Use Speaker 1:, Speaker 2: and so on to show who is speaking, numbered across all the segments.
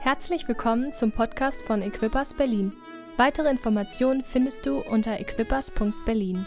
Speaker 1: Herzlich willkommen zum Podcast von Equippers Berlin. Weitere Informationen findest du unter equippers.berlin.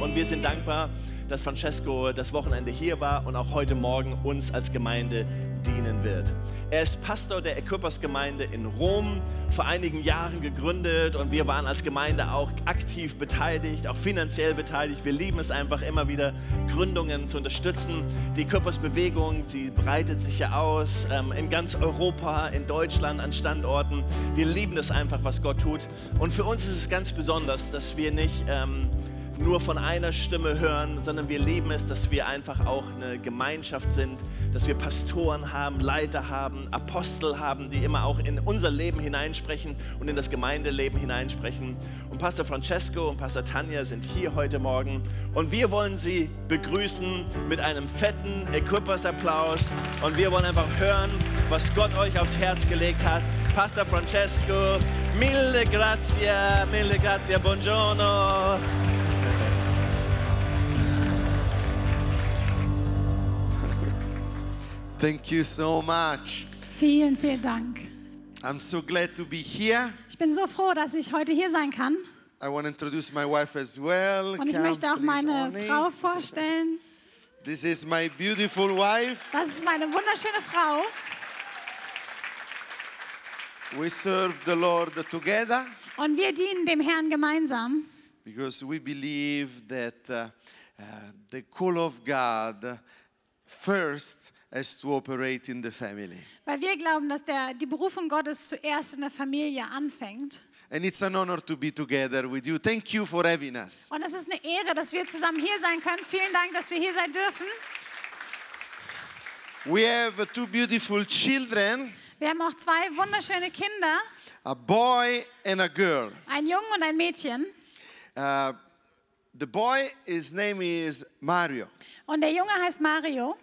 Speaker 2: Und wir sind dankbar, dass Francesco das Wochenende hier war und auch heute Morgen uns als Gemeinde dienen wird. Er ist Pastor der Equippers Gemeinde in Rom, vor einigen Jahren gegründet und wir waren als Gemeinde auch aktiv beteiligt, auch finanziell beteiligt. Wir lieben es einfach immer wieder, Gründungen zu unterstützen. Die Equippers Bewegung, die breitet sich ja aus ähm, in ganz Europa, in Deutschland, an Standorten. Wir lieben es einfach, was Gott tut. Und für uns ist es ganz besonders, dass wir nicht... Ähm, nur von einer Stimme hören, sondern wir lieben es, dass wir einfach auch eine Gemeinschaft sind, dass wir Pastoren haben, Leiter haben, Apostel haben, die immer auch in unser Leben hineinsprechen und in das Gemeindeleben hineinsprechen. Und Pastor Francesco und Pastor Tanja sind hier heute Morgen und wir wollen sie begrüßen mit einem fetten Equippers-Applaus und wir wollen einfach hören, was Gott euch aufs Herz gelegt hat. Pastor Francesco, mille grazie, mille grazie, buongiorno.
Speaker 3: Thank you so much.
Speaker 4: Vielen, vielen Dank.
Speaker 3: I'm so glad to be here.
Speaker 4: Ich bin so froh, dass ich heute hier sein kann.
Speaker 3: I want to introduce my wife as well.
Speaker 4: Und ich
Speaker 3: Come,
Speaker 4: möchte auch
Speaker 3: please,
Speaker 4: meine
Speaker 3: honey.
Speaker 4: Frau vorstellen.
Speaker 3: This is my beautiful wife.
Speaker 4: Das ist meine wunderschöne Frau.
Speaker 3: We serve the Lord together
Speaker 4: Und wir dienen dem Herrn gemeinsam,
Speaker 3: because we believe that uh, uh, the call of God first has to operate in the family.
Speaker 4: weil wir glauben, dass der, die Berufung Gottes zuerst in der Familie anfängt.
Speaker 3: And it's an honor to be together with you. Thank you for having us.
Speaker 4: Und es ist eine Ehre, dass wir zusammen hier sein können. Vielen Dank, dass wir hier sein dürfen.
Speaker 3: We have two beautiful children,
Speaker 4: Wir haben auch zwei wunderschöne Kinder,
Speaker 3: a boy and a girl.
Speaker 4: einen Jungen und ein Mädchen.
Speaker 3: Uh, the boy, his name is Mario.
Speaker 4: Und der Junge heißt Mario.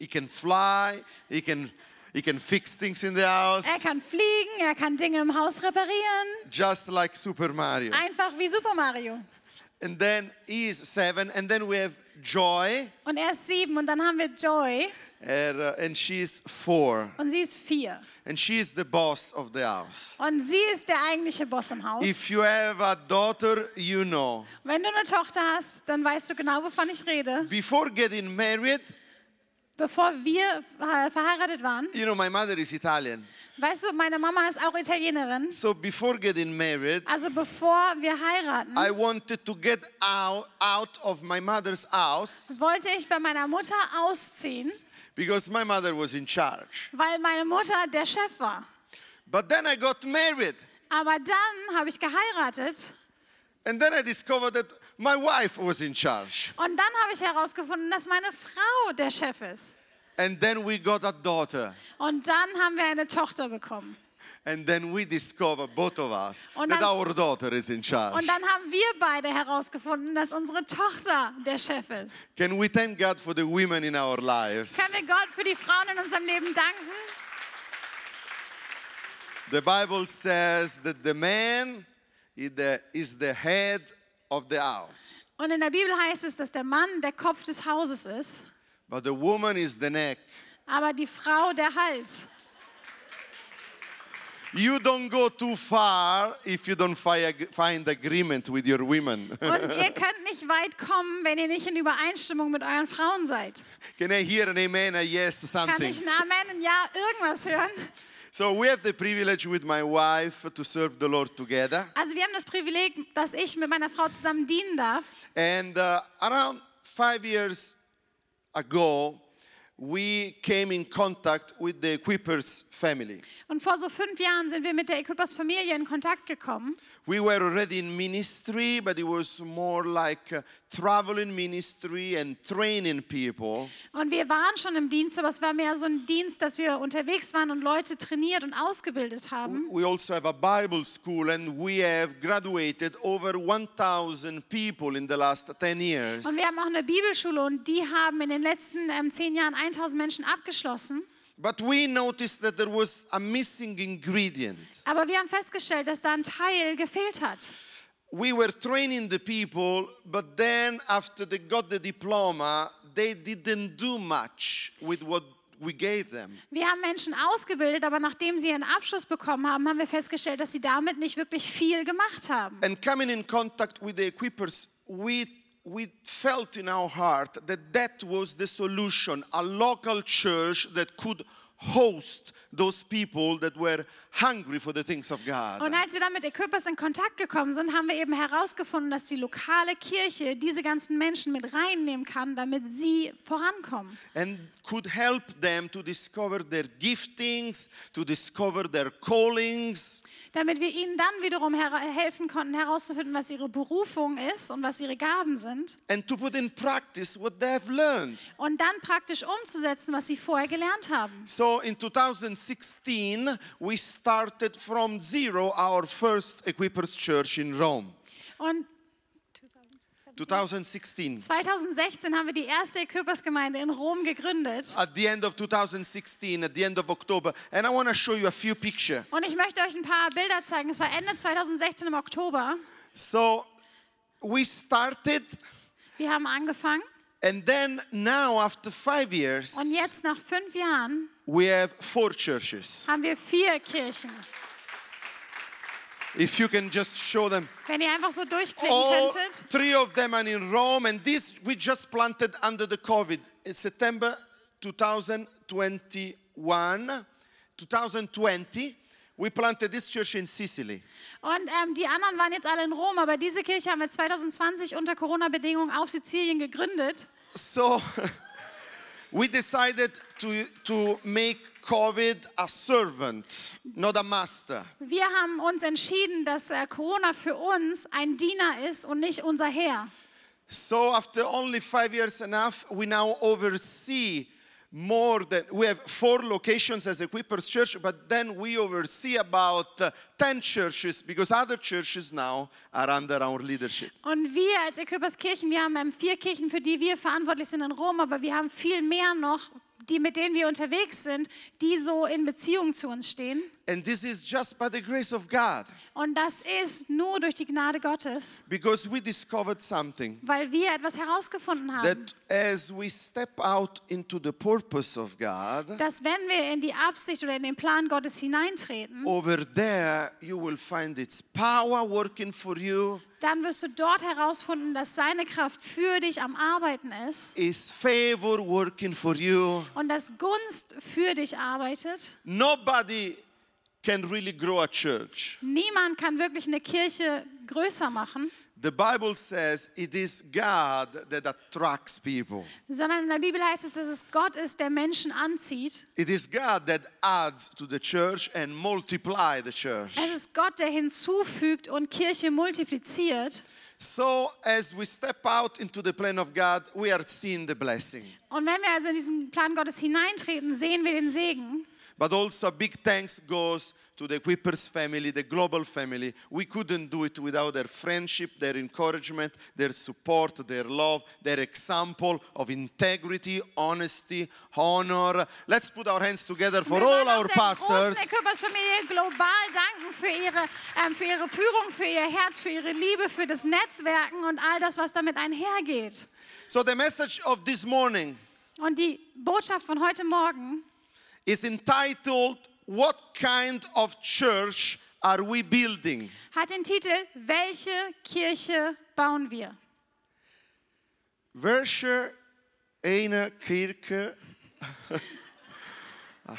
Speaker 3: He can fly. He can he can fix things in the house,
Speaker 4: Er kann fliegen, er kann Dinge im Haus reparieren.
Speaker 3: just like Super Mario.
Speaker 4: Einfach wie Super Mario.
Speaker 3: And then he is seven. And then we have Joy,
Speaker 4: Und er ist sieben und dann haben wir Joy
Speaker 3: her, uh, and she is four,
Speaker 4: und sie ist vier.
Speaker 3: and she is the boss of the house.
Speaker 4: Und sie ist der eigentliche Boss im Haus.
Speaker 3: If you have a daughter, you know.
Speaker 4: Wenn du eine Tochter hast, dann weißt du genau, wovon ich rede.
Speaker 3: Before getting married,
Speaker 4: Bevor wir ver- verheiratet waren,
Speaker 3: you know my mother is Italian.
Speaker 4: weißt du, meine Mama ist auch Italienerin.
Speaker 3: So before getting married,
Speaker 4: Also bevor wir heiraten,
Speaker 3: I wanted to get out out of my mother's house
Speaker 4: wollte ich bei meiner Mutter ausziehen,
Speaker 3: because my mother was in charge.
Speaker 4: weil meine Mutter der Chef war.
Speaker 3: But then I got married,
Speaker 4: Aber dann habe ich geheiratet
Speaker 3: and then I discovered that my wife was in charge.
Speaker 4: und dann habe ich herausgefunden, dass meine Frau der Chef ist.
Speaker 3: And then we got a daughter,
Speaker 4: Und dann haben wir eine Tochter bekommen.
Speaker 3: and then we discovered, both of us,
Speaker 4: Und
Speaker 3: that
Speaker 4: dann-
Speaker 3: our daughter is in charge.
Speaker 4: Und dann haben wir beide herausgefunden, dass unsere Tochter der Chef ist.
Speaker 3: Can we thank God for the women in our lives?
Speaker 4: Können wir Gott für die Frauen in unserem Leben danken?
Speaker 3: The Bible says that the man is the, is the head of the house,
Speaker 4: Und in der Bibel heißt es, dass der Mann der Kopf des Hauses ist,
Speaker 3: but the woman is the neck.
Speaker 4: aber die Frau der Hals.
Speaker 3: You don't go too far if you don't fi- find agreement with your women.
Speaker 4: Und ihr könnt nicht weit kommen, wenn ihr nicht in Übereinstimmung mit euren Frauen seid.
Speaker 3: Can I hear an amen, a yes to
Speaker 4: Kann
Speaker 3: something?
Speaker 4: ich ein Amen, ein Ja, irgendwas hören?
Speaker 3: So we have the privilege with my wife to serve the Lord together.
Speaker 4: Also wir haben das Privileg, dass ich mit meiner Frau zusammen dienen darf.
Speaker 3: And uh, around five years ago, we came in contact with the Equippers family.
Speaker 4: Und vor so fünf Jahren sind wir mit der Equippers Familie in Kontakt gekommen.
Speaker 3: We were already in ministry, but it was more like uh, traveling ministry and training people.
Speaker 4: Und wir waren schon im Dienst, aber es war mehr so ein Dienst, dass wir unterwegs waren und Leute trainiert und ausgebildet haben.
Speaker 3: We also have a Bible school, and we have graduated over 1,000 people in the last 10 years.
Speaker 4: Und wir haben auch eine Bibelschule und die haben in den letzten ähm, zehn Jahren 1000 Menschen abgeschlossen.
Speaker 3: But we noticed that there was a missing ingredient.
Speaker 4: Aber wir haben festgestellt, dass da ein Teil gefehlt hat.
Speaker 3: We were training the people, but then after they got the diploma, they didn't do much with what we gave them.
Speaker 4: Wir haben Menschen ausgebildet, aber nachdem sie ihren Abschluss bekommen haben, haben wir festgestellt, dass sie damit nicht wirklich viel gemacht haben.
Speaker 3: And coming in contact with the equippers, we, we felt in our heart that that was the solution a local church that could host those people that were hungry for the things of God.
Speaker 4: Und als wir dann mit Equippers in Kontakt gekommen sind, haben wir eben herausgefunden, dass die lokale Kirche diese ganzen Menschen mit reinnehmen kann, damit sie vorankommen.
Speaker 3: and could help them to discover their giftings, to discover their callings,
Speaker 4: Damit wir ihnen dann wiederum hera- helfen konnten, herauszufinden, was ihre Berufung ist und was ihre Gaben sind.
Speaker 3: and to put in practice what they have learned.
Speaker 4: Und dann praktisch umzusetzen, was sie vorher gelernt haben.
Speaker 3: So in 2016, we started from zero our first Equippers Church in Rome.
Speaker 4: Und
Speaker 3: 2016.
Speaker 4: 2016 haben wir die erste Equippers-Gemeinde in Rom gegründet.
Speaker 3: At the end of 2016, at the end of October, and I want to show you a few pictures.
Speaker 4: Und ich möchte euch ein paar Bilder zeigen. Es war Ende 2016 im Oktober.
Speaker 3: So we started,
Speaker 4: Wir haben angefangen.
Speaker 3: and then now after five years,
Speaker 4: Und jetzt nach fünf Jahren
Speaker 3: we have four churches.
Speaker 4: haben wir vier Kirchen.
Speaker 3: If you can just show them.
Speaker 4: Wenn ihr einfach so durchklicken
Speaker 3: All
Speaker 4: könntet.
Speaker 3: three of them are in Rome, and this we just planted under the COVID. It's September 2021. 2020, we planted this church in Sicily.
Speaker 4: Und ähm, die anderen waren jetzt alle in Rom, aber diese Kirche haben wir 2020 unter Corona-Bedingungen auf Sizilien gegründet.
Speaker 3: So we decided to, to make COVID a servant, not a master.
Speaker 4: Wir haben uns entschieden, dass äh, Corona für uns ein Diener ist und nicht unser Herr.
Speaker 3: So after only five years and a half, we now oversee more than we have four locations as Equippers Church, but then we oversee about uh, ten churches because other churches now are under our leadership.
Speaker 4: Und wir als Equippers Kirchen, wir haben ähm, vier Kirchen, für die wir verantwortlich sind in Rom, aber wir haben viel mehr noch, die mit denen wir unterwegs sind, die so in Beziehung zu uns stehen.
Speaker 3: And this is just by the grace of God
Speaker 4: Und das ist nur durch die Gnade Gottes,
Speaker 3: because we discovered something
Speaker 4: weil wir etwas herausgefunden haben.
Speaker 3: that as we step out into the purpose of God,
Speaker 4: dass wenn wir in die Absicht oder in den Plan Gottes hineintreten,
Speaker 3: over there you will find its power working for you,
Speaker 4: dann wirst du dort herausfinden, dass seine Kraft für dich am Arbeiten ist
Speaker 3: its favor working for you.
Speaker 4: und dass Gunst für dich arbeitet.
Speaker 3: Nobody can really grow a church.
Speaker 4: Niemand kann wirklich eine Kirche größer machen,
Speaker 3: The Bible says it is God that attracts people.
Speaker 4: sondern in der Bibel heißt es, dass es Gott ist, der Menschen anzieht.
Speaker 3: It is God that adds to the church and multiply the church.
Speaker 4: Es ist Gott, der hinzufügt und Kirche multipliziert.
Speaker 3: So as we step out into the plan of God, we are seeing the blessing.
Speaker 4: Und wenn wir also in diesen Plan Gottes hineintreten, sehen wir den Segen.
Speaker 3: But also a big thanks goes to the Equippers family, the global family. We couldn't do it without their friendship, their encouragement, their support, their love, their example of integrity, honesty, honor. Let's put our hands together for
Speaker 4: wir
Speaker 3: all
Speaker 4: wollen
Speaker 3: our
Speaker 4: auch der
Speaker 3: pastors.
Speaker 4: großen Equippers-Familie global danken für ihre, ähm, für ihre Führung, für ihr Herz, für ihre Liebe, für das Netzwerken und all das, was damit einhergeht.
Speaker 3: So the message of this morning
Speaker 4: Und die Botschaft von heute Morgen
Speaker 3: is entitled What kind of church are we building?
Speaker 4: hat den Titel Welche Kirche bauen wir?
Speaker 3: Welche eine Kirche? Ah,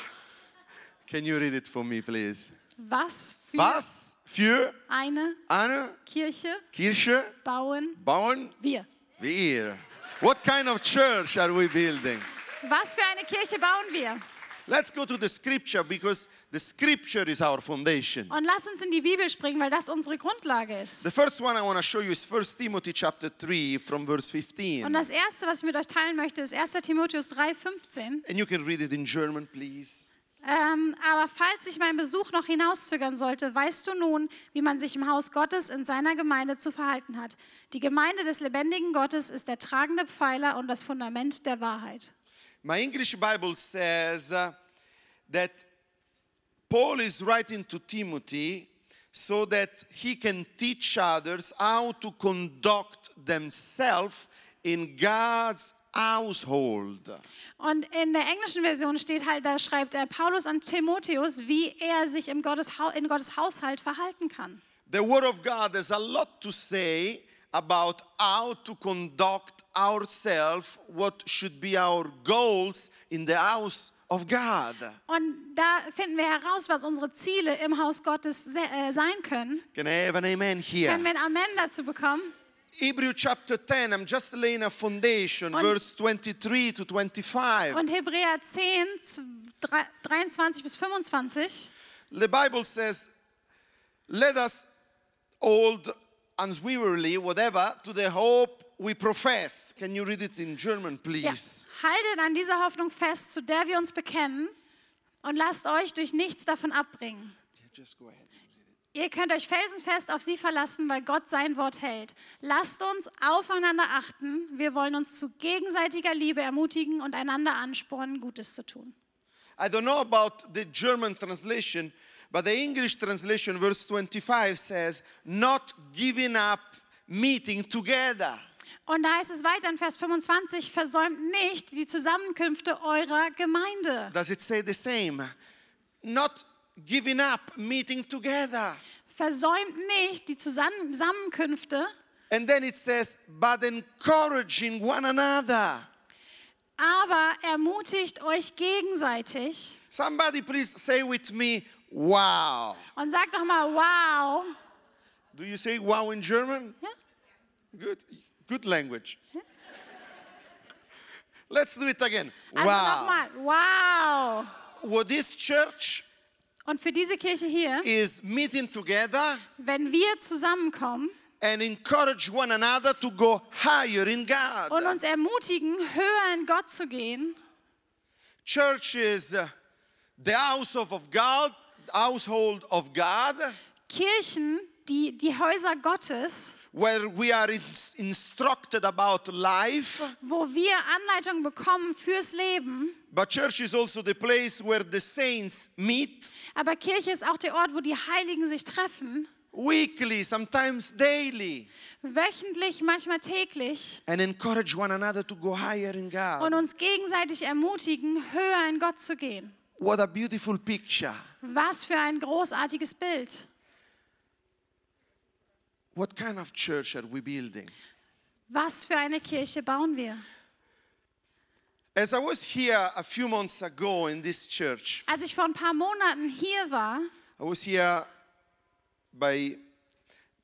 Speaker 3: Can you read it for me, please?
Speaker 4: Was für
Speaker 3: Was für
Speaker 4: eine
Speaker 3: eine
Speaker 4: Kirche
Speaker 3: Kirche
Speaker 4: bauen
Speaker 3: bauen
Speaker 4: wir?
Speaker 3: wir? What kind of church are we building?
Speaker 4: Was für eine Kirche bauen wir?
Speaker 3: Let's go to the scripture because the scripture is our foundation.
Speaker 4: Und lass uns in die Bibel springen, weil das unsere Grundlage ist.
Speaker 3: The first one I want to show you is 1 Timothy chapter 3 from verse
Speaker 4: Und
Speaker 3: 15.
Speaker 4: das Erste, was ich mit euch teilen möchte, ist 1 Timotheus 3,15.
Speaker 3: And you can read it in German, please.
Speaker 4: Ähm, aber falls ich meinen Besuch noch hinauszögern sollte, weißt du nun, wie man sich im Haus Gottes in seiner Gemeinde zu verhalten hat. Die Gemeinde des lebendigen Gottes ist der tragende Pfeiler und das Fundament der Wahrheit.
Speaker 3: My English Bible says uh, that Paul is writing to Timothy so that he can teach others how to conduct themselves in God's household.
Speaker 4: Und in der englischen Version steht halt, da schreibt er Paulus an Timotheus, wie er sich im Gottes, Hau- in Gottes Haushalt verhalten kann.
Speaker 3: The Word of God has a lot to say about how to conduct ourselves, what should be our goals in the house of God.
Speaker 4: Und da finden wir heraus, was unsere Ziele im Haus Gottes se- äh, sein können.
Speaker 3: Can I have an amen here?
Speaker 4: Können wir ein Amen dazu bekommen?
Speaker 3: Hebrew chapter 10, I'm just laying a foundation,
Speaker 4: On-
Speaker 3: verse 23 to 25.
Speaker 4: Und Hebräer 10, z- drei- 23 bis 25.
Speaker 3: The Bible says, Let us hold unswervingly whatever to the hope we profess. Can you read it in German,
Speaker 4: Ja.
Speaker 3: please?
Speaker 4: Haltet an dieser Hoffnung fest, zu der wir uns bekennen, und lasst euch durch nichts davon abbringen.
Speaker 3: Just go ahead.
Speaker 4: Ihr könnt euch felsenfest auf sie verlassen, weil Gott sein Wort hält. Lasst uns aufeinander achten. Wir wollen uns zu gegenseitiger Liebe ermutigen und einander anspornen, Gutes zu tun.
Speaker 3: I don't know about the German translation, but the English translation, verse 25, says, Not giving up meeting together.
Speaker 4: Und da heißt es weiter in Vers 25, versäumt nicht die Zusammenkünfte eurer Gemeinde.
Speaker 3: Does it say the same? Not giving up meeting together.
Speaker 4: Versäumt nicht die Zusammen- Zusammenkünfte,
Speaker 3: And then it says, But encouraging one another.
Speaker 4: aber ermutigt euch gegenseitig.
Speaker 3: Somebody please say with me, wow.
Speaker 4: Und sagt doch mal, wow.
Speaker 3: Do you say wow in German?
Speaker 4: Ja.
Speaker 3: Good. Good language. Let's do it again.
Speaker 4: Also
Speaker 3: wow.
Speaker 4: nochmal, wow.
Speaker 3: What this church
Speaker 4: Und für diese Kirche hier,
Speaker 3: is meeting together
Speaker 4: wenn wir zusammenkommen
Speaker 3: and encourage one another to go higher in God.
Speaker 4: und uns ermutigen, höher in Gott zu gehen,
Speaker 3: Church is uh, the house of, of God, household of God,
Speaker 4: Kirchen, die, die Häuser Gottes,
Speaker 3: where we are ins- instructed about life.
Speaker 4: wo wir Anleitung bekommen fürs Leben.
Speaker 3: But church is also the place where the saints meet.
Speaker 4: Aber Kirche ist auch der Ort, wo die Heiligen sich treffen,
Speaker 3: weekly, sometimes daily,
Speaker 4: wöchentlich, manchmal täglich,
Speaker 3: and encourage one another to go higher in God.
Speaker 4: und uns gegenseitig ermutigen, höher in Gott zu gehen.
Speaker 3: What a beautiful picture.
Speaker 4: Was für ein großartiges Bild.
Speaker 3: What kind of church are we building?
Speaker 4: Was für eine Kirche bauen wir?
Speaker 3: As I was here a few months ago in this church,
Speaker 4: Als ich vor ein paar Monaten hier war,
Speaker 3: I was here by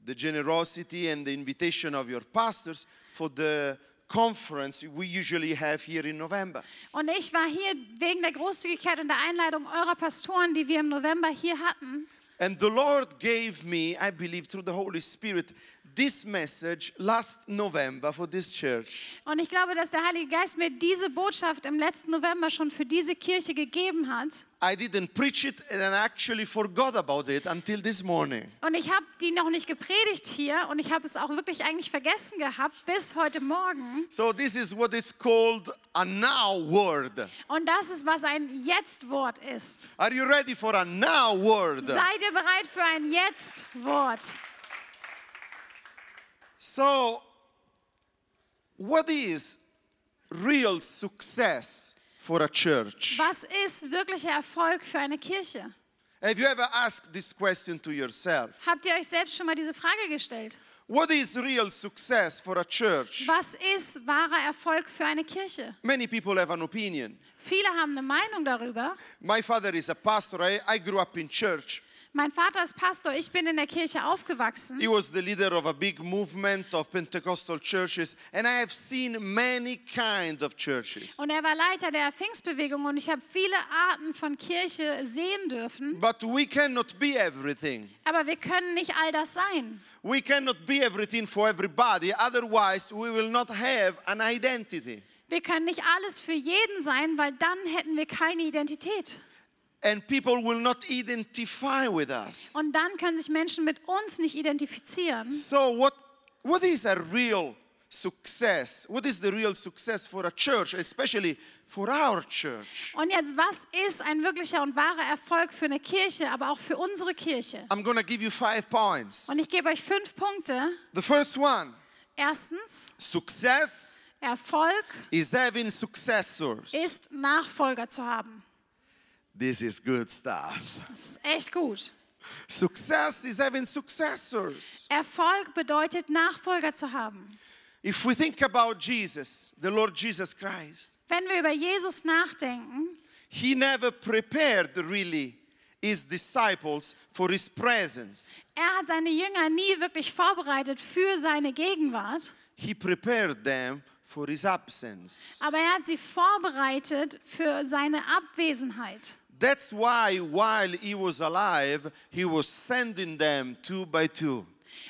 Speaker 3: the generosity and the invitation of your pastors for the conference we usually have here in November.
Speaker 4: und ich war hier wegen der Großzügigkeit und der Einladung eurer Pastoren, die wir im November hier hatten.
Speaker 3: And the Lord gave me, I believe, through the Holy Spirit, this message last November for this church.
Speaker 4: Und ich glaube, dass der Heilige Geist mir diese Botschaft im letzten November schon für diese Kirche gegeben hat.
Speaker 3: I didn't preach it and I actually forgot about it until this morning.
Speaker 4: Und ich habe die noch nicht gepredigt hier und ich habe es auch wirklich eigentlich vergessen gehabt bis heute Morgen.
Speaker 3: So this is what it's called a now word.
Speaker 4: Und das ist, was ein Jetzt-Wort ist.
Speaker 3: Are you ready for a now word?
Speaker 4: Seid ihr bereit für ein Jetzt-Wort?
Speaker 3: So what is real success for a church?
Speaker 4: Was ist wirklicher Erfolg für eine Kirche?
Speaker 3: Have you ever asked this question to yourself?
Speaker 4: Habt ihr euch selbst schon mal diese Frage gestellt?
Speaker 3: What is real success for a church?
Speaker 4: Was ist wahrer Erfolg für eine Kirche?
Speaker 3: Many people have an opinion.
Speaker 4: Viele haben eine Meinung darüber.
Speaker 3: My father is a pastor. I, I grew up in church.
Speaker 4: Mein Vater ist Pastor, ich bin in der Kirche aufgewachsen.
Speaker 3: He was the leader of a big movement of Pentecostal churches, and I have seen many kind of churches.
Speaker 4: Und er war Leiter der Pfingstbewegung und ich habe viele Arten von Kirche sehen dürfen.
Speaker 3: But we cannot be everything.
Speaker 4: Aber wir können nicht all das sein.
Speaker 3: We cannot be everything for everybody, otherwise, we will not have an identity.
Speaker 4: Wir können nicht alles für jeden sein, weil dann hätten wir keine Identität.
Speaker 3: And people will not identify with us.
Speaker 4: Und dann können sich Menschen mit uns nicht identifizieren.
Speaker 3: So, what, what is a real success? What is the real success for a church, especially for our church?
Speaker 4: Und jetzt, was ist ein wirklicher und wahrer Erfolg für eine Kirche, aber auch für unsere Kirche?
Speaker 3: I'm going to give you five points.
Speaker 4: Und ich gebe euch fünf Punkte.
Speaker 3: The first one
Speaker 4: Erstens,
Speaker 3: success
Speaker 4: Erfolg
Speaker 3: is having successors.
Speaker 4: ist, Nachfolger zu haben.
Speaker 3: This is good stuff.
Speaker 4: Das ist echt gut.
Speaker 3: Success is having successors.
Speaker 4: Erfolg bedeutet, Nachfolger zu haben.
Speaker 3: If we think about Jesus, the Lord Jesus Christ,
Speaker 4: Wenn wir über Jesus nachdenken,
Speaker 3: he never prepared really his disciples for his presence.
Speaker 4: er hat seine Jünger nie wirklich vorbereitet für seine Gegenwart,
Speaker 3: He prepared them for his absence.
Speaker 4: aber er hat sie vorbereitet für seine Abwesenheit.
Speaker 3: That's why while he was alive, he was sending them two by two.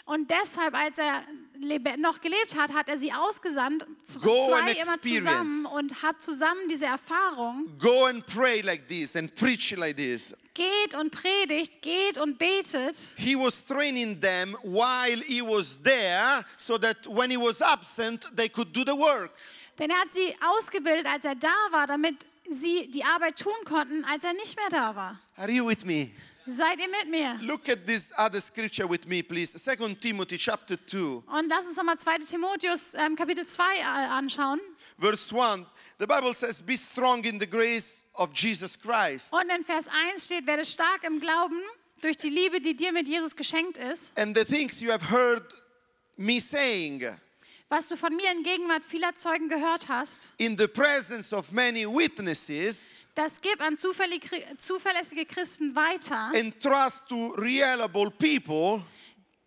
Speaker 4: Und deshalb, als er lebe- noch gelebt hat, hat er sie ausgesandt, z-
Speaker 3: Go
Speaker 4: zwei
Speaker 3: and
Speaker 4: immer
Speaker 3: experience.
Speaker 4: zusammen und habt zusammen diese Erfahrung.
Speaker 3: Go and pray like this and preach like this.
Speaker 4: Geht und predigt, geht und betet.
Speaker 3: He was training them while he was there so that when he was absent, they could do the work.
Speaker 4: Denn er hat sie ausgebildet, als er da war, damit sie die Arbeit tun konnten, als er nicht mehr da war.
Speaker 3: Are you with me?
Speaker 4: Seid ihr mit mir?
Speaker 3: Look at this other scripture with me, please. 2 Timothy chapter 2,
Speaker 4: Und lass uns nochmal 2. Timotheus ähm, Kapitel 2 a- anschauen.
Speaker 3: verse 1. The Bible says, Be strong in the grace of Jesus Christ
Speaker 4: Und in Vers 1 steht, werde stark im Glauben durch die Liebe, die dir mit Jesus geschenkt ist,
Speaker 3: and the things you have heard me saying
Speaker 4: was du von mir in Gegenwart vieler Zeugen gehört hast.
Speaker 3: in the presence of many witnesses,
Speaker 4: Das gib an zufällig, zuverlässige Christen weiter,
Speaker 3: and trust to reliable people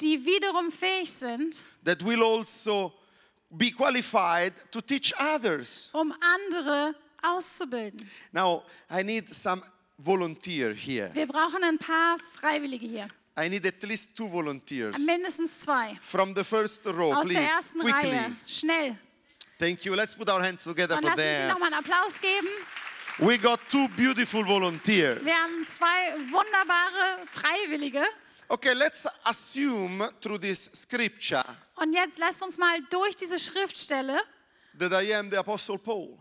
Speaker 4: die wiederum fähig sind,
Speaker 3: that will also be qualified to teach others.
Speaker 4: um andere auszubilden.
Speaker 3: Now, I need some volunteer here.
Speaker 4: Wir brauchen ein paar Freiwillige hier,
Speaker 3: I need at least two volunteers
Speaker 4: mindestens zwei.
Speaker 3: from the first row,
Speaker 4: Aus der
Speaker 3: please,
Speaker 4: ersten
Speaker 3: quickly.
Speaker 4: Reihe, schnell.
Speaker 3: Thank you. Let's put our hands together
Speaker 4: Und
Speaker 3: for
Speaker 4: lassen Sie
Speaker 3: them.
Speaker 4: nochmal einen Applaus geben.
Speaker 3: We got two beautiful volunteers.
Speaker 4: Wir haben zwei wunderbare Freiwillige.
Speaker 3: Okay, let's assume through this scripture
Speaker 4: Und jetzt lasst uns mal durch diese Schriftstelle
Speaker 3: that I am the Apostle Paul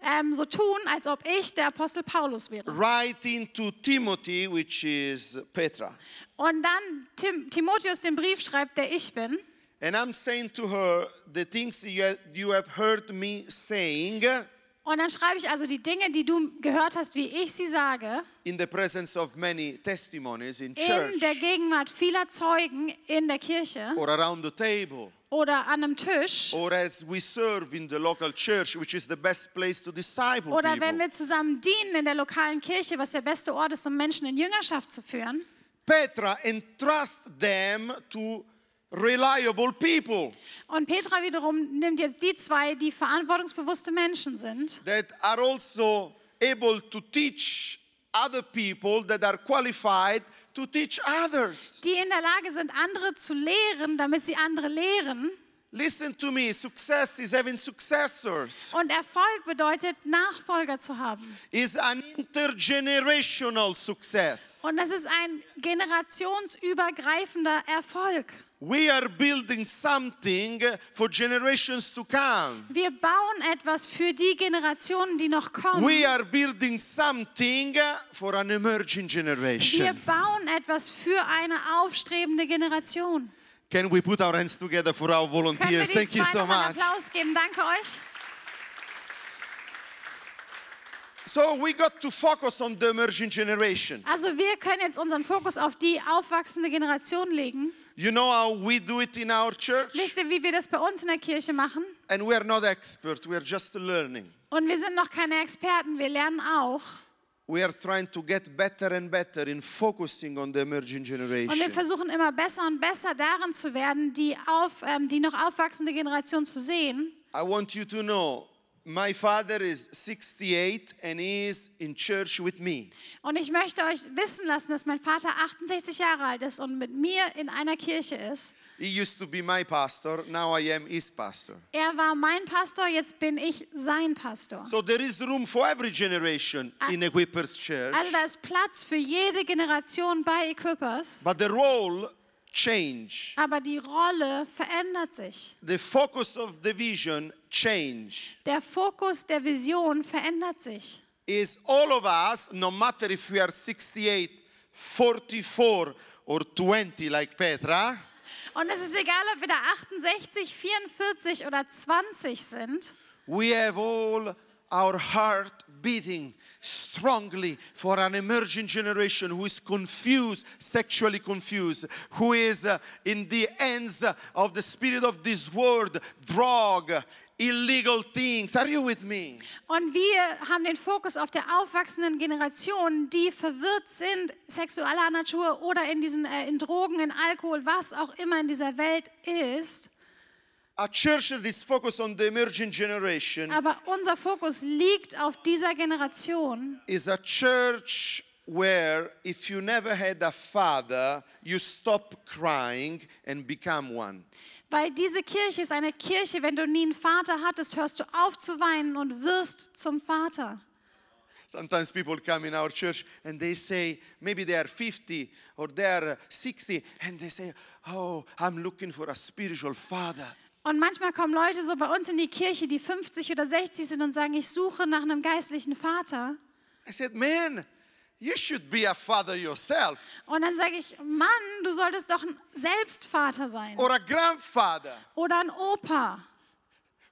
Speaker 4: ähm, so tun, als ob ich der Apostel Paulus wäre.
Speaker 3: writing to Timothy, which is Petra.
Speaker 4: Und dann Tim Timotheus den Brief schreibt, der ich bin.
Speaker 3: And I'm saying to her, the things you have- you have heard me saying
Speaker 4: Und dann schreibe ich also die Dinge, die du gehört hast, wie ich sie sage,
Speaker 3: in the presence of many testimonies in
Speaker 4: in der
Speaker 3: church
Speaker 4: Gegenwart vieler Zeugen in der Kirche
Speaker 3: or around the table.
Speaker 4: oder an einem Tisch
Speaker 3: or as we serve in the local church, which is the best place to disciple
Speaker 4: oder wenn
Speaker 3: people.
Speaker 4: wir zusammen dienen in der lokalen Kirche, was der beste Ort ist, um Menschen in Jüngerschaft zu führen.
Speaker 3: Petra entrust them to reliable people
Speaker 4: Und Petra wiederum nimmt jetzt die zwei, die verantwortungsbewusste Menschen sind.
Speaker 3: that are also able to teach other people that are qualified to teach others.
Speaker 4: die in der Lage sind, andere zu lehren, damit sie andere lehren.
Speaker 3: Listen to me, success is having successors.
Speaker 4: Und Erfolg bedeutet, Nachfolger zu haben.
Speaker 3: Is an intergenerational success.
Speaker 4: Und das ist ein generationsübergreifender Erfolg.
Speaker 3: We are building something for generations to come.
Speaker 4: Wir bauen etwas für die Generationen, die noch kommen.
Speaker 3: We are building something for an emerging
Speaker 4: Wir
Speaker 3: generation.
Speaker 4: bauen etwas für eine aufstrebende Generation.
Speaker 3: Can we put our hands together for our
Speaker 4: Können wir
Speaker 3: volunteers?
Speaker 4: den
Speaker 3: Thank you
Speaker 4: zwei
Speaker 3: so
Speaker 4: noch einen
Speaker 3: much.
Speaker 4: Applaus geben? Danke euch.
Speaker 3: So we got to focus on the emerging generation.
Speaker 4: Also wir können jetzt unseren Fokus auf die aufwachsende Generation legen.
Speaker 3: You know how we do it in our church?
Speaker 4: Wisst ihr, wie wir das bei uns in der Kirche machen?
Speaker 3: And we are not experts, we are just learning.
Speaker 4: Und wir sind noch keine Experten, wir lernen auch.
Speaker 3: We are trying to get better and better in focusing on the emerging
Speaker 4: Und wir
Speaker 3: generation.
Speaker 4: versuchen immer besser und besser darin zu werden, die, auf, ähm, die noch aufwachsende Generation zu sehen.
Speaker 3: I want you to know my father is 68 and he is in church with me.
Speaker 4: Und ich möchte euch wissen lassen, dass mein Vater 68 Jahre alt ist und mit mir in einer Kirche ist.
Speaker 3: He used to be my pastor, now I am his pastor.
Speaker 4: Er war mein Pastor, jetzt bin ich sein Pastor.
Speaker 3: So there is room for every generation in Equippers Church,
Speaker 4: Also da ist Platz für jede Generation bei Equippers,
Speaker 3: but the role change.
Speaker 4: aber die Rolle verändert sich.
Speaker 3: The focus of the vision change.
Speaker 4: Der Fokus der Vision verändert sich.
Speaker 3: Is all of us, no matter if we are 68, 44 or 20 like Petra,
Speaker 4: Und es ist egal, ob wir da 68, 44 oder 20 sind.
Speaker 3: We have all our heart beating strongly for an emerging generation who is confused, sexually confused, who is uh, in the hands of the spirit of this world, drug, illegal things. Are you with me?
Speaker 4: Und wir haben den Fokus auf der aufwachsenden Generation, die verwirrt sind, sexueller Natur oder in, diesen, äh, in Drogen, in Alkohol, was auch immer in dieser Welt ist.
Speaker 3: A church that is focused on the emerging generation
Speaker 4: Aber unser Fokus liegt auf dieser Generation.
Speaker 3: is a church where if you never had a father, you stop crying and become one.
Speaker 4: Weil diese Kirche ist eine Kirche, wenn du nie einen Vater hattest, hörst du auf zu weinen und wirst zum Vater.
Speaker 3: Sometimes people come in our church and they say, maybe they are 50 or they are 60, and they say, Oh, I'm looking for a spiritual father.
Speaker 4: Und manchmal kommen Leute so bei uns in die Kirche, die 50 oder 60 sind und sagen, ich suche nach einem geistlichen Vater.
Speaker 3: I said, Man, you should be a father yourself
Speaker 4: Und dann sage ich, Mann, du solltest doch ein Selbstvater sein
Speaker 3: or a grandfather.
Speaker 4: oder ein Opa.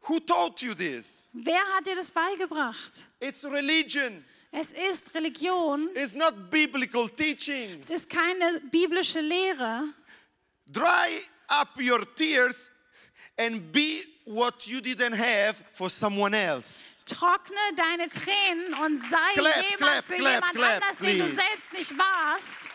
Speaker 3: Who taught you this?
Speaker 4: Wer hat dir das beigebracht?
Speaker 3: It's religion,
Speaker 4: Es ist Religion,
Speaker 3: it's not biblical teaching.
Speaker 4: es ist keine biblische Lehre.
Speaker 3: Dry up your tears and be what you didn't have for someone else.
Speaker 4: Trockne deine Tränen und sei
Speaker 3: Clap,
Speaker 4: jemand
Speaker 3: clap,
Speaker 4: für
Speaker 3: clap,
Speaker 4: jemand
Speaker 3: clap,
Speaker 4: anders, den du
Speaker 3: please.
Speaker 4: selbst nicht warst.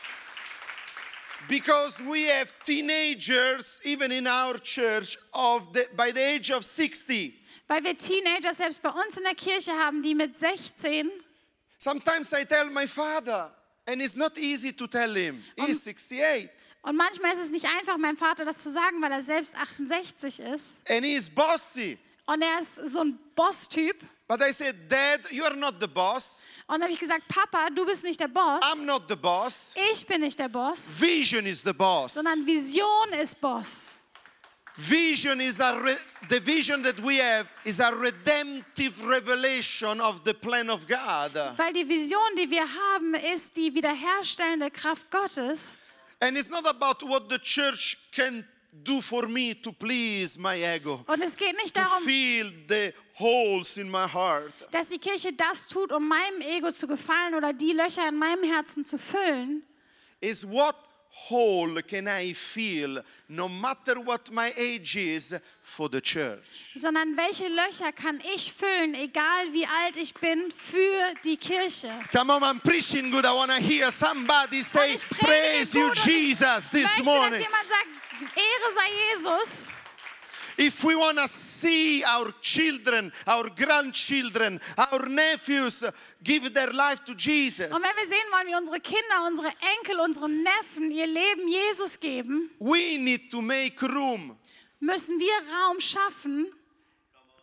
Speaker 3: Because we have teenagers, even in our church, of the, by the age of 60.
Speaker 4: Weil wir Teenager selbst bei uns in der Kirche haben, die mit 16,
Speaker 3: Sometimes I tell my father, and it's not easy to tell him. He's 68,
Speaker 4: und manchmal ist es nicht einfach, meinem Vater das zu sagen, weil er selbst 68 ist.
Speaker 3: and he's bossy.
Speaker 4: Und er ist so ein Boss-Typ.
Speaker 3: But I said, Dad, you are not the boss.
Speaker 4: Und dann habe ich gesagt, Papa, du bist nicht der Boss.
Speaker 3: I'm not the boss.
Speaker 4: Ich bin nicht der Boss,
Speaker 3: Vision is the boss.
Speaker 4: sondern Vision ist Boss.
Speaker 3: Vision is a re- the vision that we have is a redemptive revelation of the plan of God.
Speaker 4: Weil die Vision, die wir haben, ist die wiederherstellende Kraft Gottes.
Speaker 3: And it's not about what the church can do for me to please my ego,
Speaker 4: Und es geht nicht
Speaker 3: to
Speaker 4: darum,
Speaker 3: fill the holes in my heart.
Speaker 4: dass die Kirche das tut, um meinem Ego zu gefallen oder die Löcher in meinem Herzen zu füllen,
Speaker 3: It's what hole can I fill, no matter what my age is, for the church.
Speaker 4: sondern welche Löcher kann ich füllen, egal wie alt ich bin, für die Kirche.
Speaker 3: Come on, I'm preaching good. I want to hear somebody say,
Speaker 4: ich predige
Speaker 3: Praise you,
Speaker 4: gut und ich
Speaker 3: Jesus, this
Speaker 4: Möchte, dass
Speaker 3: morning.
Speaker 4: jemand sagt, Ehre sei Jesus.
Speaker 3: If we want to see our children, our grandchildren, our nephews give their life to Jesus,
Speaker 4: Und wenn wir sehen wollen, wie unsere Kinder, unsere Enkel, unsere Neffen ihr Leben Jesus geben,
Speaker 3: we need to make room.
Speaker 4: müssen wir Raum schaffen.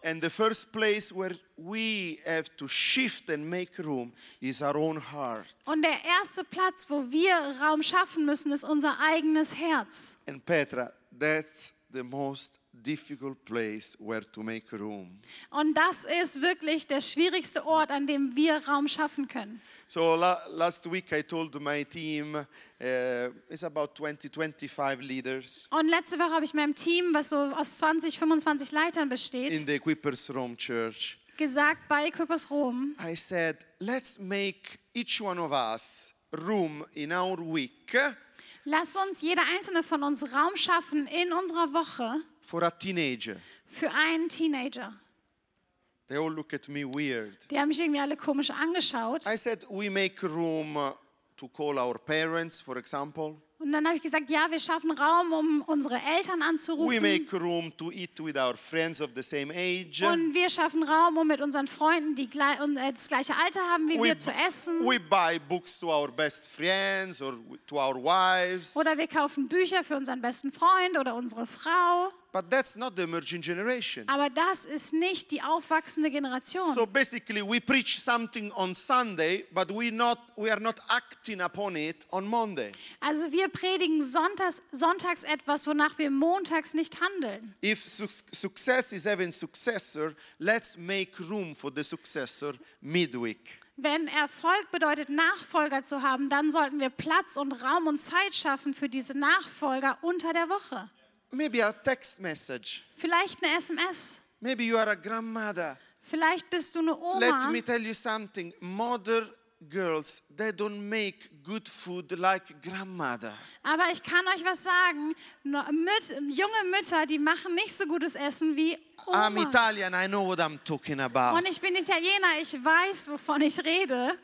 Speaker 3: And the first place where we have to shift and make room is our own heart
Speaker 4: Und der erste Platz, wo wir Raum schaffen müssen, ist unser eigenes Herz.
Speaker 3: And Petra, that's the most difficult place where to make room.
Speaker 4: Und das ist wirklich der schwierigste Ort, an dem wir Raum schaffen können.
Speaker 3: So la- last week I told my team, uh, it's about 20, 25 leaders
Speaker 4: Und letzte Woche habe ich meinem Team, was so aus 20, 25 Leitern
Speaker 3: in
Speaker 4: besteht,
Speaker 3: the Equippers Rome Church.
Speaker 4: gesagt bei Equippers Rom,
Speaker 3: I said, let's make each one of us room in our week
Speaker 4: lass uns jeder einzelne von uns Raum schaffen in unserer Woche
Speaker 3: for a teenager.
Speaker 4: für einen Teenager.
Speaker 3: They all look at me weird.
Speaker 4: Die haben mich irgendwie alle komisch angeschaut.
Speaker 3: I said, we make room uh, to call our parents, for example.
Speaker 4: Und dann habe ich gesagt, ja, wir schaffen Raum, um unsere Eltern
Speaker 3: We
Speaker 4: anzurufen.
Speaker 3: make room to eat with our friends of the same age.
Speaker 4: Und wir schaffen Raum, um mit unseren Freunden, die gleich, um, äh, das gleiche Alter haben wie
Speaker 3: we,
Speaker 4: wir, zu essen.
Speaker 3: we buy books to our best friends or to our wives.
Speaker 4: Oder wir kaufen Bücher für unseren besten Freund oder unsere Frau.
Speaker 3: But that's not the emerging generation.
Speaker 4: Aber das ist nicht die aufwachsende Generation.
Speaker 3: So basically, we preach something on Sunday, but we not we are not acting upon it on Monday.
Speaker 4: Also wir predigen sonntags, sonntags etwas, wonach wir montags nicht handeln.
Speaker 3: If su- success is having successor, let's make room for the successor midweek.
Speaker 4: Wenn Erfolg bedeutet, Nachfolger zu haben, dann sollten wir Platz und Raum und Zeit schaffen für diese Nachfolger unter der Woche.
Speaker 3: Maybe a text message.
Speaker 4: Vielleicht eine SMS.
Speaker 3: Maybe you are a grandmother.
Speaker 4: Vielleicht bist du eine
Speaker 3: Let
Speaker 4: Oma.
Speaker 3: me tell you something. Mother girls, they don't make good food like grandmother.
Speaker 4: Aber ich kann euch was sagen. No- Müt, junge Mütter, die machen nicht so gutes Essen wie Omas.
Speaker 3: I'm Italian, I know what I'm talking about.
Speaker 4: Und ich bin Italiener, ich weiß, wovon ich rede.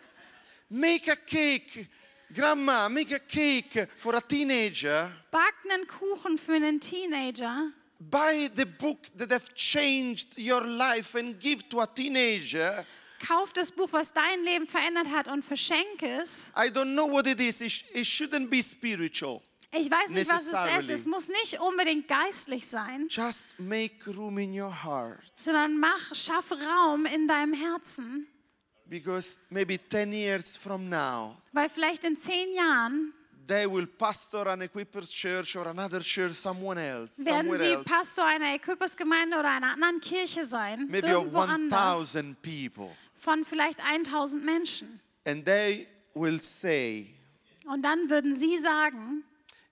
Speaker 3: Make a cake. Grandma, make a cake for a teenager.
Speaker 4: Back einen Kuchen für einen Teenager.
Speaker 3: Buy the book that have changed your life and give to a teenager.
Speaker 4: Kauf das Buch, was dein Leben verändert hat und verschenke es.
Speaker 3: I don't know what it is. It, sh- it shouldn't be spiritual.
Speaker 4: Ich weiß nicht, was es ist.
Speaker 3: Necessarily.
Speaker 4: Es muss nicht unbedingt geistlich sein,
Speaker 3: Just make room in your heart.
Speaker 4: sondern mach, schaff Raum in deinem Herzen.
Speaker 3: Because maybe 10 years from now,
Speaker 4: Weil vielleicht in zehn Jahren
Speaker 3: they will pastor an equippers church or another church someone else
Speaker 4: werden
Speaker 3: somewhere
Speaker 4: sie
Speaker 3: else
Speaker 4: Pastor einer Equipersgemeinde oder einer anderen Kirche sein.
Speaker 3: maybe of
Speaker 4: irgendwo anders.
Speaker 3: 1000 people
Speaker 4: Von vielleicht 1000 Menschen.
Speaker 3: and they will say
Speaker 4: Und dann würden sie sagen,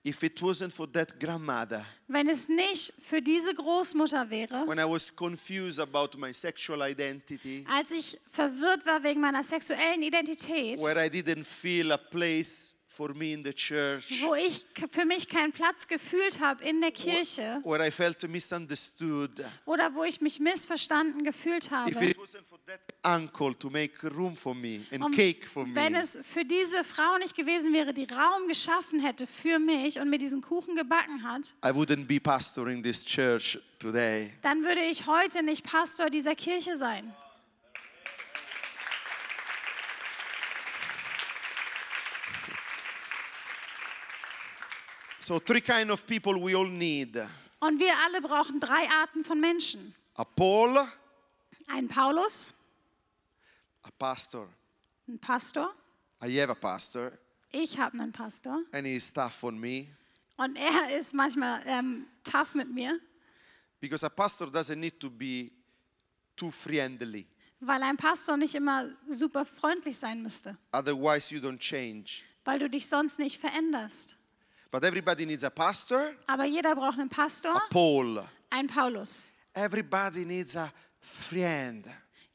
Speaker 3: if it wasn't for that grandmother
Speaker 4: wenn es nicht für diese Großmutter wäre,
Speaker 3: when i was confused about my sexual identity
Speaker 4: als ich verwirrt war wegen meiner sexuellen Identität,
Speaker 3: where i didn't feel a place for me in the church
Speaker 4: wo ich k- für mich keinen Platz gefühlt habe in der Kirche
Speaker 3: where i felt misunderstood
Speaker 4: oder wo ich mich missverstanden gefühlt
Speaker 3: if
Speaker 4: habe.
Speaker 3: it wasn't for that uncle to make room for me and
Speaker 4: Und
Speaker 3: cake for me
Speaker 4: wenn es für diese Frau nicht gewesen wäre, die Raum geschaffen hätte für mich und mir diesen Kuchen gebacken hat,
Speaker 3: i wouldn't be pastoring this church today
Speaker 4: dann würde ich heute nicht Pastor dieser Kirche sein.
Speaker 3: so three kind of people we all need
Speaker 4: Und wir alle brauchen drei Arten von Menschen.
Speaker 3: a Paul, a
Speaker 4: Ein Paulus,
Speaker 3: pastor.
Speaker 4: ein Pastor.
Speaker 3: I have a pastor,
Speaker 4: Ich habe einen Pastor
Speaker 3: and he's tough on me
Speaker 4: und er ist manchmal ähm, tough mit mir,
Speaker 3: because a pastor doesn't need to be too friendly.
Speaker 4: weil ein Pastor nicht immer super freundlich sein müsste,
Speaker 3: Otherwise, you don't change.
Speaker 4: weil du dich sonst nicht veränderst.
Speaker 3: But everybody needs a pastor,
Speaker 4: Aber jeder braucht einen
Speaker 3: a
Speaker 4: Pastor,
Speaker 3: Paul.
Speaker 4: einen Paulus.
Speaker 3: Everybody needs a friend,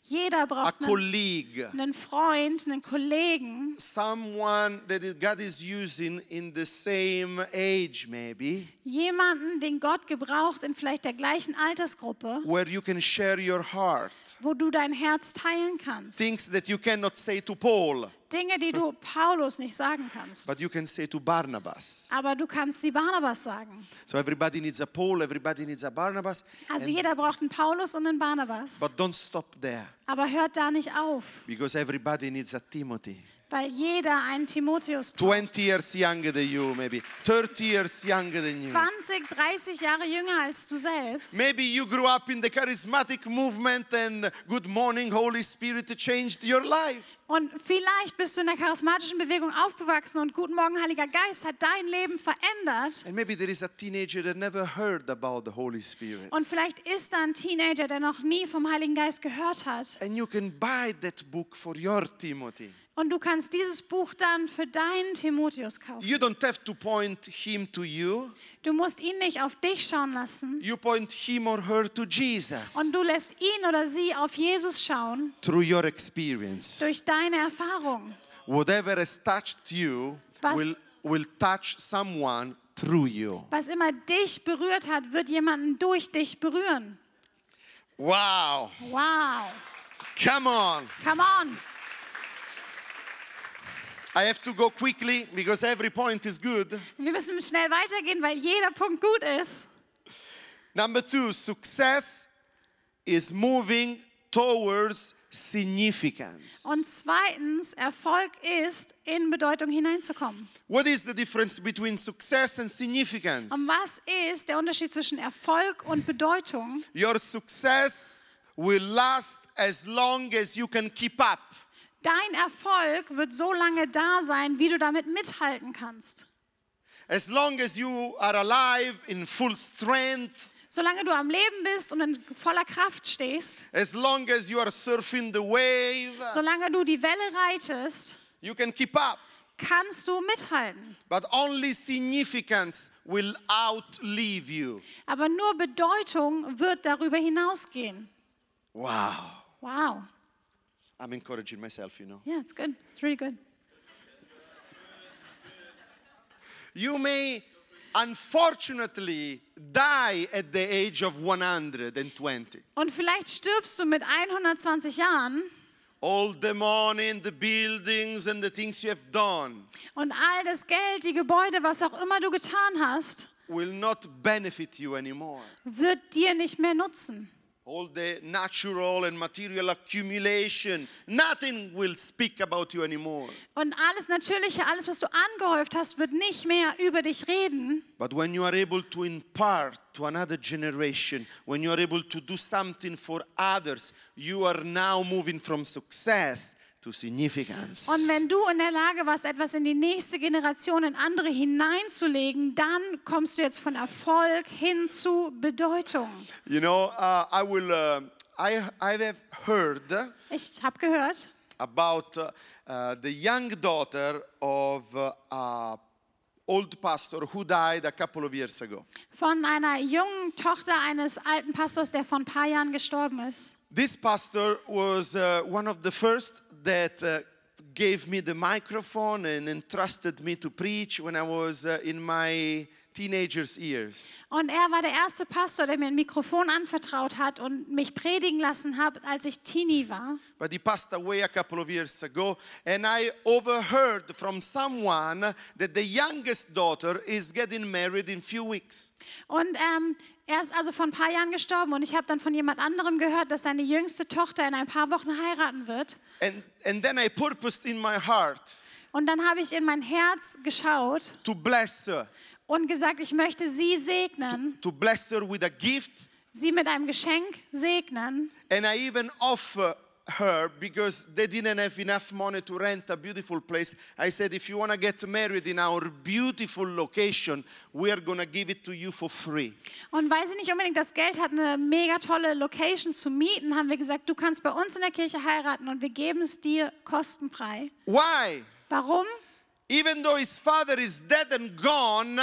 Speaker 4: Jeder
Speaker 3: a
Speaker 4: braucht einen,
Speaker 3: colleague,
Speaker 4: einen Freund, einen Kollegen,
Speaker 3: someone that God is using in the same age, maybe,
Speaker 4: jemanden, den Gott gebraucht in vielleicht der gleichen Altersgruppe,
Speaker 3: where you can share your heart.
Speaker 4: wo du dein Herz teilen kannst.
Speaker 3: Things that you cannot say to Paul,
Speaker 4: Dinge, die du Paulus nicht sagen kannst.
Speaker 3: but you can say to Barnabas.
Speaker 4: Aber du kannst die Barnabas sagen.
Speaker 3: So everybody needs a Paul, everybody needs a Barnabas.
Speaker 4: Also
Speaker 3: and-
Speaker 4: jeder braucht einen Paulus und einen Barnabas.
Speaker 3: but don't stop there
Speaker 4: Aber hört da nicht auf,
Speaker 3: because everybody needs a Timothy.
Speaker 4: weil jeder einen Timotheus braucht.
Speaker 3: 20 years younger than you, maybe. 30 years younger than you.
Speaker 4: 20, 30 Jahre jünger als du selbst.
Speaker 3: Maybe you grew up in the charismatic movement and good morning, Holy Spirit changed your life.
Speaker 4: Und vielleicht bist du in der charismatischen Bewegung aufgewachsen und Guten Morgen, Heiliger Geist hat dein Leben verändert.
Speaker 3: And maybe there is a teenager that never heard about the Holy Spirit.
Speaker 4: Und vielleicht ist da ein Teenager, der noch nie vom Heiligen Geist gehört hat.
Speaker 3: And you can buy that book for your Timothy.
Speaker 4: Und du kannst dieses Buch dann für deinen Timotheus kaufen.
Speaker 3: You don't have to point him to you,
Speaker 4: Du musst ihn nicht auf dich schauen lassen.
Speaker 3: you point him or her to Jesus
Speaker 4: Und du lässt ihn oder sie auf Jesus schauen
Speaker 3: through your experience.
Speaker 4: durch deine Erfahrung.
Speaker 3: Whatever has touched you
Speaker 4: Was-
Speaker 3: will, will touch someone through you.
Speaker 4: Was immer dich berührt hat, wird jemanden durch dich berühren.
Speaker 3: Wow!
Speaker 4: Wow.
Speaker 3: Come on!
Speaker 4: Come on.
Speaker 3: I have to go quickly because every point is good.
Speaker 4: Wir müssen schnell weitergehen, weil jeder Punkt gut ist.
Speaker 3: Number two, success is moving towards significance.
Speaker 4: Und zweitens, Erfolg ist, in Bedeutung hineinzukommen.
Speaker 3: What is the difference between success and significance?
Speaker 4: Und was ist der Unterschied zwischen Erfolg und Bedeutung?
Speaker 3: Your success will last as long as you can keep up.
Speaker 4: Dein Erfolg wird so lange da sein, wie du damit mithalten kannst.
Speaker 3: As long as you are alive in full strength,
Speaker 4: Solange du am Leben bist und in voller Kraft stehst,
Speaker 3: As long as you are surfing the wave,
Speaker 4: solange du die Welle reitest,
Speaker 3: you can keep up.
Speaker 4: kannst du mithalten.
Speaker 3: But only significance will outlive you.
Speaker 4: Aber nur Bedeutung wird darüber hinausgehen.
Speaker 3: Wow.
Speaker 4: Wow.
Speaker 3: I'm encouraging myself, you know.
Speaker 4: Yeah, it's good. It's really good.
Speaker 3: You may unfortunately die at the age of 120.
Speaker 4: Und vielleicht stirbst du mit 120 Jahren
Speaker 3: All the money and the buildings and the things you have done
Speaker 4: und all das Geld, die Gebäude, was auch immer du getan hast,
Speaker 3: will not benefit you anymore.
Speaker 4: wird dir nicht mehr nutzen.
Speaker 3: All the natural and material accumulation, nothing will speak about you anymore.
Speaker 4: Und alles Natürliche, alles, was du angehäuft hast, wird nicht mehr über dich reden.
Speaker 3: But when you are able to impart to another generation, when you are able to do something for others, you are now moving from success to significance.
Speaker 4: Und wenn du in der Lage warst, etwas in die nächste Generation, in andere hineinzulegen, dann kommst du jetzt von Erfolg hin zu Bedeutung.
Speaker 3: You know, uh, I will. Uh, I I have heard
Speaker 4: Ich habe gehört,
Speaker 3: about uh, uh, the young daughter of uh, a old pastor who died a couple of years ago.
Speaker 4: von einer jungen Tochter eines alten Pastors, der vor ein paar Jahren gestorben ist.
Speaker 3: This pastor was uh, one of the first that uh, gave me the microphone and entrusted me to preach when I was uh, in my teenagers' years.
Speaker 4: Und er war der erste Pastor, der mir ein Mikrofon anvertraut hat und mich predigen lassen hat, als ich Teenie war.
Speaker 3: But he passed away a couple of years ago, and I overheard from someone that the youngest daughter is getting married in few weeks.
Speaker 4: Und ähm, er ist also vor ein paar Jahren gestorben und ich habe dann von jemand anderem gehört, dass seine jüngste Tochter in ein paar Wochen heiraten wird.
Speaker 3: And, and then I purposed in my heart
Speaker 4: Und dann habe ich in mein Herz geschaut
Speaker 3: to bless her,
Speaker 4: und gesagt, ich möchte sie segnen,
Speaker 3: to bless her with a gift,
Speaker 4: sie mit einem Geschenk segnen.
Speaker 3: and I even offer her because they didn't have enough money to rent a beautiful place. I said, if you want to get married in our beautiful location, we are going to give it to you for free.
Speaker 4: Und weil sie nicht unbedingt das Geld hat, eine mega tolle Location zu mieten, haben wir gesagt, du kannst bei uns in der Kirche heiraten und wir geben es dir kostenfrei.
Speaker 3: Why?
Speaker 4: Warum?
Speaker 3: Even though his father is dead and gone,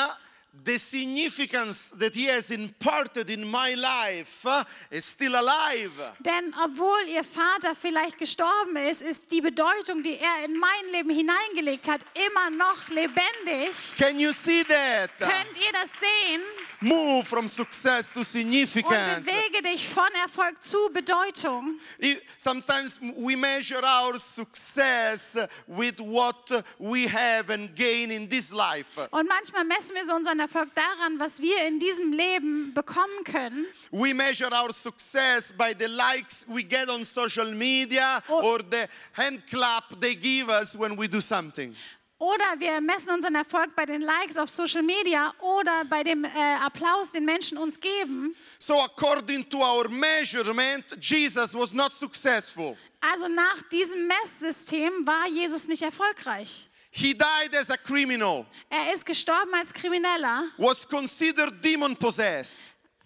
Speaker 3: the significance that he has imparted in my life uh, is still alive.
Speaker 4: Denn obwohl ihr Vater vielleicht gestorben ist, ist die Bedeutung, die er in mein Leben hineingelegt hat, immer noch lebendig.
Speaker 3: Can you see that?
Speaker 4: Könnt ihr das sehen?
Speaker 3: Move from success to
Speaker 4: Und
Speaker 3: significance.
Speaker 4: bewege dich von Erfolg zu Bedeutung.
Speaker 3: If- Sometimes we measure our success with what we have and gain in this life.
Speaker 4: Und manchmal messen wir so unseren Erfolg daran, was wir in diesem Leben bekommen können.
Speaker 3: We measure our success by the likes we get on social media or the hand clap they give us when we do something.
Speaker 4: Oder wir messen unseren Erfolg bei den Likes auf Social Media oder bei dem äh, Applaus, den Menschen uns geben.
Speaker 3: So, according to our measurement, Jesus was not successful.
Speaker 4: Also nach diesem Messsystem war Jesus nicht erfolgreich.
Speaker 3: He died as a criminal,
Speaker 4: Er ist gestorben als Krimineller.
Speaker 3: was considered demon possessed.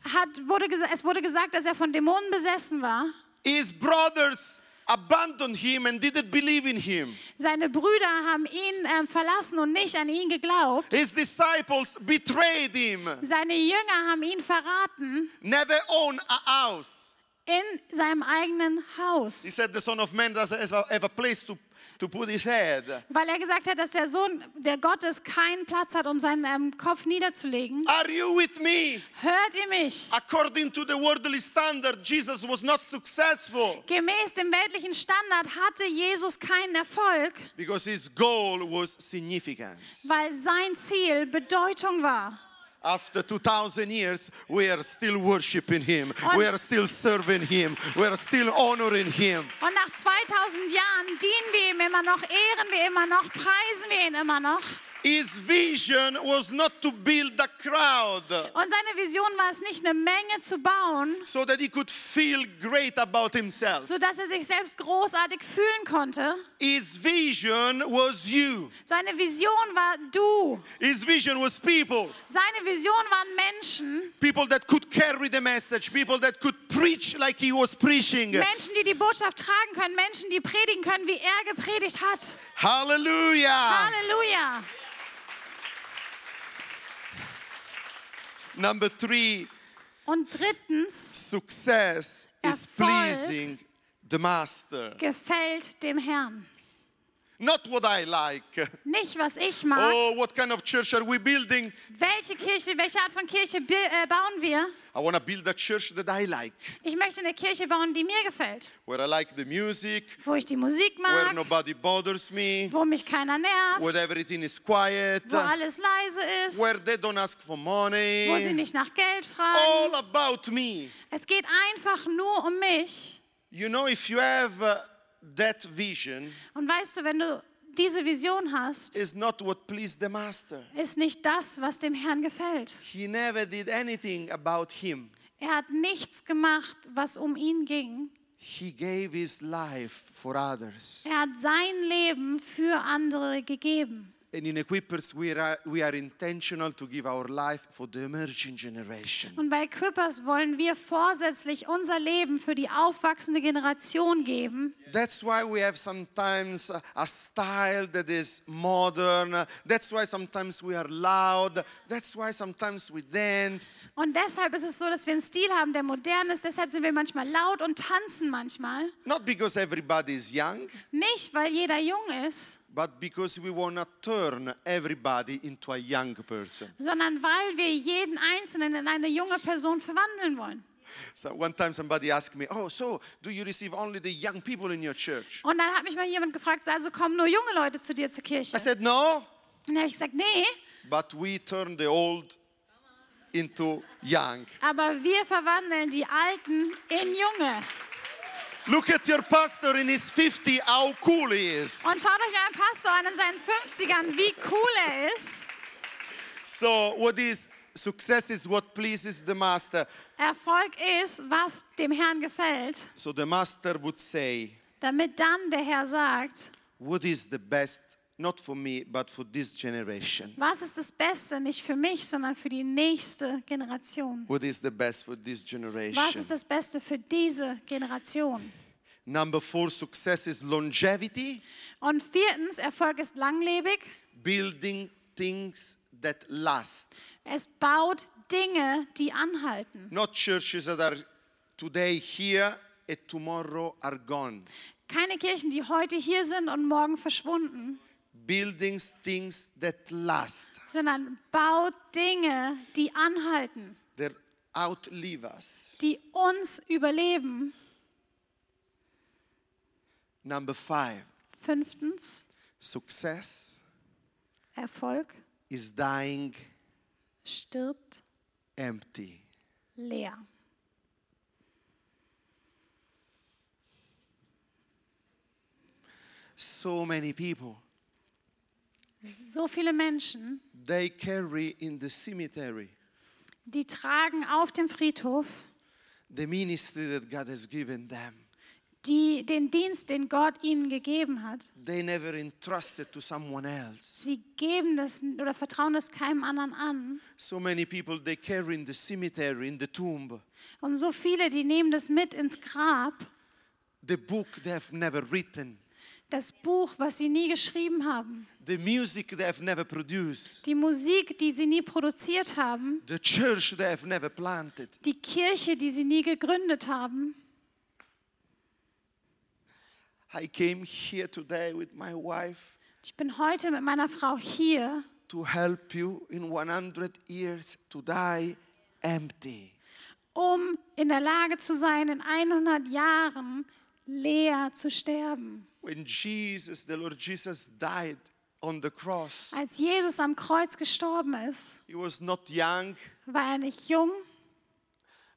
Speaker 4: Hat, wurde, gesa- es wurde gesagt, dass er von Dämonen besessen war.
Speaker 3: His brothers abandoned him and didn't believe in him.
Speaker 4: Seine Brüder haben ihn ähm, verlassen und nicht an ihn geglaubt.
Speaker 3: His disciples betrayed him,
Speaker 4: Seine Jünger haben ihn verraten
Speaker 3: never owned a house.
Speaker 4: in seinem eigenen Haus.
Speaker 3: He said, The Son of Man doesn't have a- have a place to, to put his head.
Speaker 4: Weil er gesagt hat, dass der Sohn der Gottes keinen Platz hat, um seinen ähm, Kopf niederzulegen.
Speaker 3: Are you with me?
Speaker 4: Hört ihr mich?
Speaker 3: According to the worldly standard, Jesus was not successful
Speaker 4: Gemäß dem weltlichen Standard hatte Jesus keinen Erfolg,
Speaker 3: because his goal was significance.
Speaker 4: weil sein Ziel Bedeutung war.
Speaker 3: After 2,000 years, we are still worshiping him,
Speaker 4: On-
Speaker 3: we are still serving him, we are still honoring him.
Speaker 4: Und nach 2000 Jahren dienen wir ihm immer noch, ehren wir immer noch, preisen wir ihn immer noch.
Speaker 3: His vision was not to build a crowd
Speaker 4: Und seine Vision war es nicht, eine Menge zu bauen,
Speaker 3: so that he could feel great about himself.
Speaker 4: sodass er sich selbst großartig fühlen konnte.
Speaker 3: His vision was you.
Speaker 4: Seine Vision war du.
Speaker 3: His vision was people.
Speaker 4: Seine Vision waren Menschen.
Speaker 3: People that could carry the message, people that could preach like he was preaching.
Speaker 4: Menschen, die die Botschaft tragen können. Menschen, die predigen können, wie er gepredigt hat.
Speaker 3: Hallelujah.
Speaker 4: Halleluja.
Speaker 3: Number three,
Speaker 4: Und drittens,
Speaker 3: success is
Speaker 4: Erfolg.
Speaker 3: pleasing the master.
Speaker 4: gefällt dem Herrn.
Speaker 3: Not what I like.
Speaker 4: Nicht, was ich mag.
Speaker 3: Oh, what kind of church are we building?
Speaker 4: Welche Kirche, welche Art von Kirche bi- äh, bauen wir?
Speaker 3: I want to build a church that I like,
Speaker 4: Ich möchte eine Kirche bauen, die mir gefällt.
Speaker 3: where I like the music,
Speaker 4: Wo ich die Musik
Speaker 3: where
Speaker 4: mag,
Speaker 3: nobody bothers me,
Speaker 4: wo mich keiner nervt,
Speaker 3: where everything is quiet,
Speaker 4: wo alles leise ist,
Speaker 3: where they don't ask for
Speaker 4: wo sie
Speaker 3: money.
Speaker 4: nicht nach Geld fragen.
Speaker 3: All about me.
Speaker 4: Es geht einfach nur um mich.
Speaker 3: You know, if you have uh, that vision,
Speaker 4: Und weißt du, wenn du diese Vision hast,
Speaker 3: it's not what pleased the master.
Speaker 4: ist nicht das, was dem Herrn gefällt.
Speaker 3: He never did anything about him.
Speaker 4: Er hat nichts gemacht, was um ihn ging.
Speaker 3: He gave his life for others.
Speaker 4: Er hat sein Leben für andere gegeben.
Speaker 3: And in Equippers, we are, we are intentional to give our life for the emerging generation.
Speaker 4: Und bei Equippers wollen wir vorsätzlich unser Leben für die aufwachsende Generation geben.
Speaker 3: That's why we have sometimes a- a style that is modern. That's why sometimes we are loud. That's why sometimes we dance.
Speaker 4: Und deshalb ist es so, dass wir einen Stil haben, der modern ist. Deshalb sind wir manchmal laut und tanzen manchmal.
Speaker 3: Not because everybody is young,
Speaker 4: Nicht, weil jeder jung ist,
Speaker 3: but because we want to turn everybody into a young person.
Speaker 4: sondern weil wir jeden Einzelnen in eine junge Person verwandeln wollen.
Speaker 3: So one time somebody asked me, Oh, so do you receive only the young people in your church?
Speaker 4: Und dann hat mich mal jemand gefragt, also kommen nur junge Leute zu dir zur Kirche?
Speaker 3: I said, No,
Speaker 4: Und dann habe ich gesagt, nee,
Speaker 3: but we turn the old into young.
Speaker 4: aber wir verwandeln die Alten in Junge.
Speaker 3: Look at your pastor in his 50, how cool he is.
Speaker 4: Und schaut euch euren Pastor an in seinen 50ern, wie cool er ist.
Speaker 3: So, what is success is what pleases the master.
Speaker 4: Erfolg ist, was dem Herrn gefällt,
Speaker 3: So, the master would say,
Speaker 4: damit dann der Herr sagt,
Speaker 3: What is the best, not for me, but for this generation?
Speaker 4: was ist das Beste, nicht für mich, sondern für die nächste Generation.
Speaker 3: What is the best for this generation?
Speaker 4: Was ist das Beste für diese Generation?
Speaker 3: Number four, success is longevity,
Speaker 4: Und viertens, Erfolg ist langlebig.
Speaker 3: building things that last.
Speaker 4: Es baut Dinge, die anhalten.
Speaker 3: Not churches that are today here and tomorrow are gone.
Speaker 4: Keine Kirchen, die heute hier sind und morgen verschwunden,
Speaker 3: Buildings, things that last.
Speaker 4: sondern baut Dinge, die anhalten,
Speaker 3: They outlive us.
Speaker 4: die uns überleben.
Speaker 3: Number five,
Speaker 4: Fünftens,
Speaker 3: success
Speaker 4: Erfolg
Speaker 3: is dying
Speaker 4: stirbt
Speaker 3: empty.
Speaker 4: leer.
Speaker 3: So many people,
Speaker 4: So viele Menschen,
Speaker 3: they carry in the cemetery
Speaker 4: die tragen auf dem Friedhof
Speaker 3: the ministry that God has given them.
Speaker 4: die, den Dienst, den Gott ihnen gegeben hat.
Speaker 3: They never entrusted to someone else.
Speaker 4: Sie geben das oder vertrauen das keinem anderen an.
Speaker 3: So many people, they carry in the cemetery, in the tomb,
Speaker 4: Und so viele, die nehmen das mit ins Grab,
Speaker 3: the book they have never written,
Speaker 4: das Buch, was sie nie geschrieben haben,
Speaker 3: the music they have never produced,
Speaker 4: die Musik, die sie nie produziert haben,
Speaker 3: the church they have never planted.
Speaker 4: die Kirche, die sie nie gegründet haben.
Speaker 3: I came here today with my wife
Speaker 4: Ich bin heute mit meiner Frau hier,
Speaker 3: to help you in 100 years to die empty.
Speaker 4: um in der Lage zu sein, in 100 Jahren leer zu sterben.
Speaker 3: when Jesus, the Lord Jesus, died on the cross,
Speaker 4: Als Jesus am Kreuz gestorben ist,
Speaker 3: he was not young.
Speaker 4: war er nicht jung,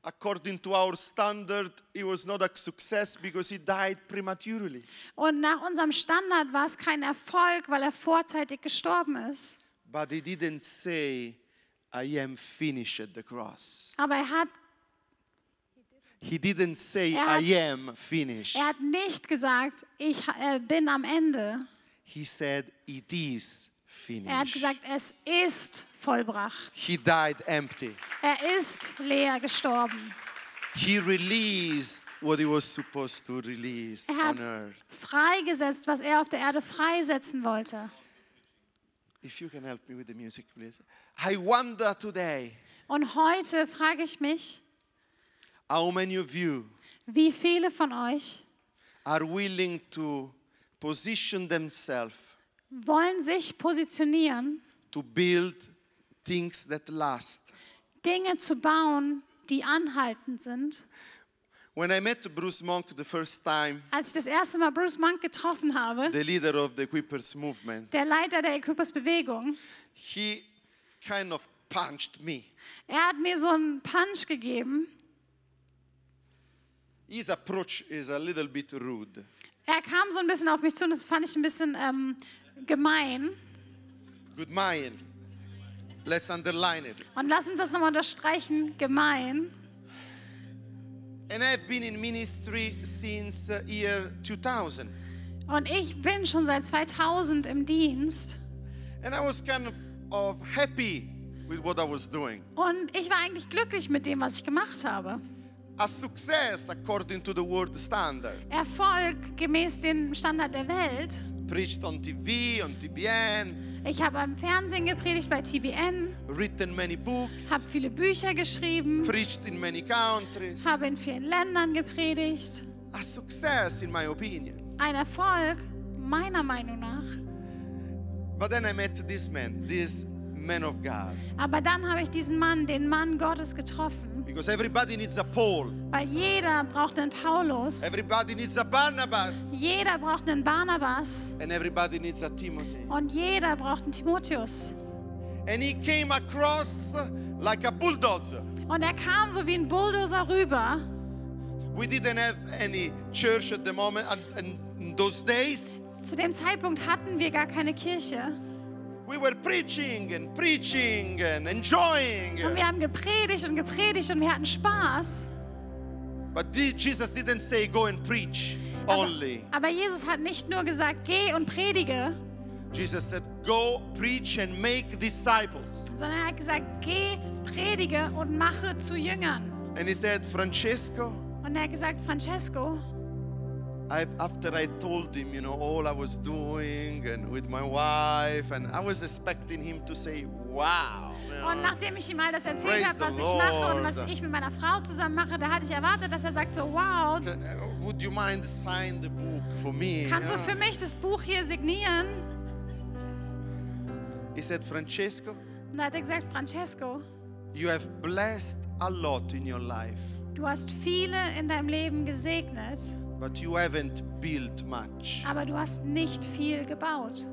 Speaker 3: According to our standard, he was not a success because he died prematurely.
Speaker 4: Und nach unserem Standard war es kein Erfolg, weil er vorzeitig gestorben ist.
Speaker 3: But he didn't say, I am finished at the cross.
Speaker 4: Aber er hat,
Speaker 3: He didn't say,
Speaker 4: Er
Speaker 3: I
Speaker 4: hat-
Speaker 3: am finished.
Speaker 4: er hat nicht gesagt, ich äh, bin am Ende.
Speaker 3: He said, It is
Speaker 4: Er hat
Speaker 3: finished.
Speaker 4: gesagt, es ist vollbracht.
Speaker 3: He died empty.
Speaker 4: Er ist leer gestorben.
Speaker 3: He released what he was supposed to release
Speaker 4: Er hat
Speaker 3: on earth.
Speaker 4: freigesetzt, was er auf der Erde freisetzen wollte.
Speaker 3: If you can help me with the music, please. I wonder today
Speaker 4: Und heute frage ich mich,
Speaker 3: how many of you
Speaker 4: wie viele von euch
Speaker 3: are willing to position themselves
Speaker 4: wollen sich positionieren,
Speaker 3: to build things that last.
Speaker 4: Dinge zu bauen, die anhaltend sind.
Speaker 3: When I met Bruce Monk the first time,
Speaker 4: Als ich das erste Mal Bruce Monk getroffen habe,
Speaker 3: the leader of the Equippers movement,
Speaker 4: der Leiter der Equipers Bewegung,
Speaker 3: he kind of punched me.
Speaker 4: er hat mir so einen Punch gegeben.
Speaker 3: His approach is a little bit rude.
Speaker 4: Er kam so ein bisschen auf mich zu und das fand ich ein bisschen ähm, gemein.
Speaker 3: Good mind. Let's underline it.
Speaker 4: Und lass uns das nochmal unterstreichen, gemein.
Speaker 3: And I've been in ministry since uh, year 2000.
Speaker 4: Und ich bin schon seit 2000 im Dienst
Speaker 3: And I was kind of happy with what I was doing.
Speaker 4: und ich war eigentlich glücklich mit dem, was ich gemacht habe.
Speaker 3: A success according to the world standard.
Speaker 4: Erfolg gemäß dem Standard der Welt.
Speaker 3: Preached on TV, on TBN,
Speaker 4: Ich habe am Fernsehen gepredigt bei TBN,
Speaker 3: written many books,
Speaker 4: habe viele Bücher geschrieben,
Speaker 3: preached in many countries.
Speaker 4: habe in vielen Ländern gepredigt.
Speaker 3: A success, in my opinion.
Speaker 4: Ein Erfolg, meiner Meinung nach.
Speaker 3: But then I met this man, this man of God.
Speaker 4: Aber dann habe ich diesen Mann, den Mann Gottes, getroffen.
Speaker 3: Because everybody needs a Paul,
Speaker 4: Weil jeder braucht einen Paulus,
Speaker 3: everybody needs a Barnabas,
Speaker 4: jeder braucht einen Barnabas
Speaker 3: and everybody needs a Timothy.
Speaker 4: und jeder braucht einen Timotheus.
Speaker 3: And he came across like a bulldozer.
Speaker 4: Und er kam so wie ein Bulldozer rüber.
Speaker 3: We didn't have any church at the moment, and, and in those days
Speaker 4: Zu dem Zeitpunkt hatten wir gar keine Kirche.
Speaker 3: we were preaching and preaching and enjoying.
Speaker 4: Und wir haben gepredigt und gepredigt und wir hatten Spaß.
Speaker 3: But di- Jesus didn't say go and preach only.
Speaker 4: Aber Jesus hat nicht nur gesagt, geh und predige,
Speaker 3: Jesus said go preach and make disciples.
Speaker 4: sondern er hat gesagt, geh, predige und mache zu Jüngern.
Speaker 3: And he said, Francesco,
Speaker 4: Und er hat gesagt, Francesco,
Speaker 3: I, after I told him, you know, all I was doing and with my wife, and I was expecting him to say, wow. you know.
Speaker 4: und nachdem ich ihm all das erzählt
Speaker 3: Praise
Speaker 4: habe, was
Speaker 3: the
Speaker 4: ich mache und
Speaker 3: Lord.
Speaker 4: was ich mit meiner Frau zusammen mache, da hatte ich erwartet, dass er sagt so, wow,
Speaker 3: Uh, Would you mind sign the book for me?
Speaker 4: kannst
Speaker 3: you
Speaker 4: du
Speaker 3: know?
Speaker 4: für mich das Buch hier signieren?
Speaker 3: He said, Francesco,
Speaker 4: Und da hat er gesagt, Francesco,
Speaker 3: you have blessed a lot in your life,
Speaker 4: du hast viele in deinem Leben gesegnet,
Speaker 3: but you haven't built much.
Speaker 4: aber du hast nicht viel gebaut.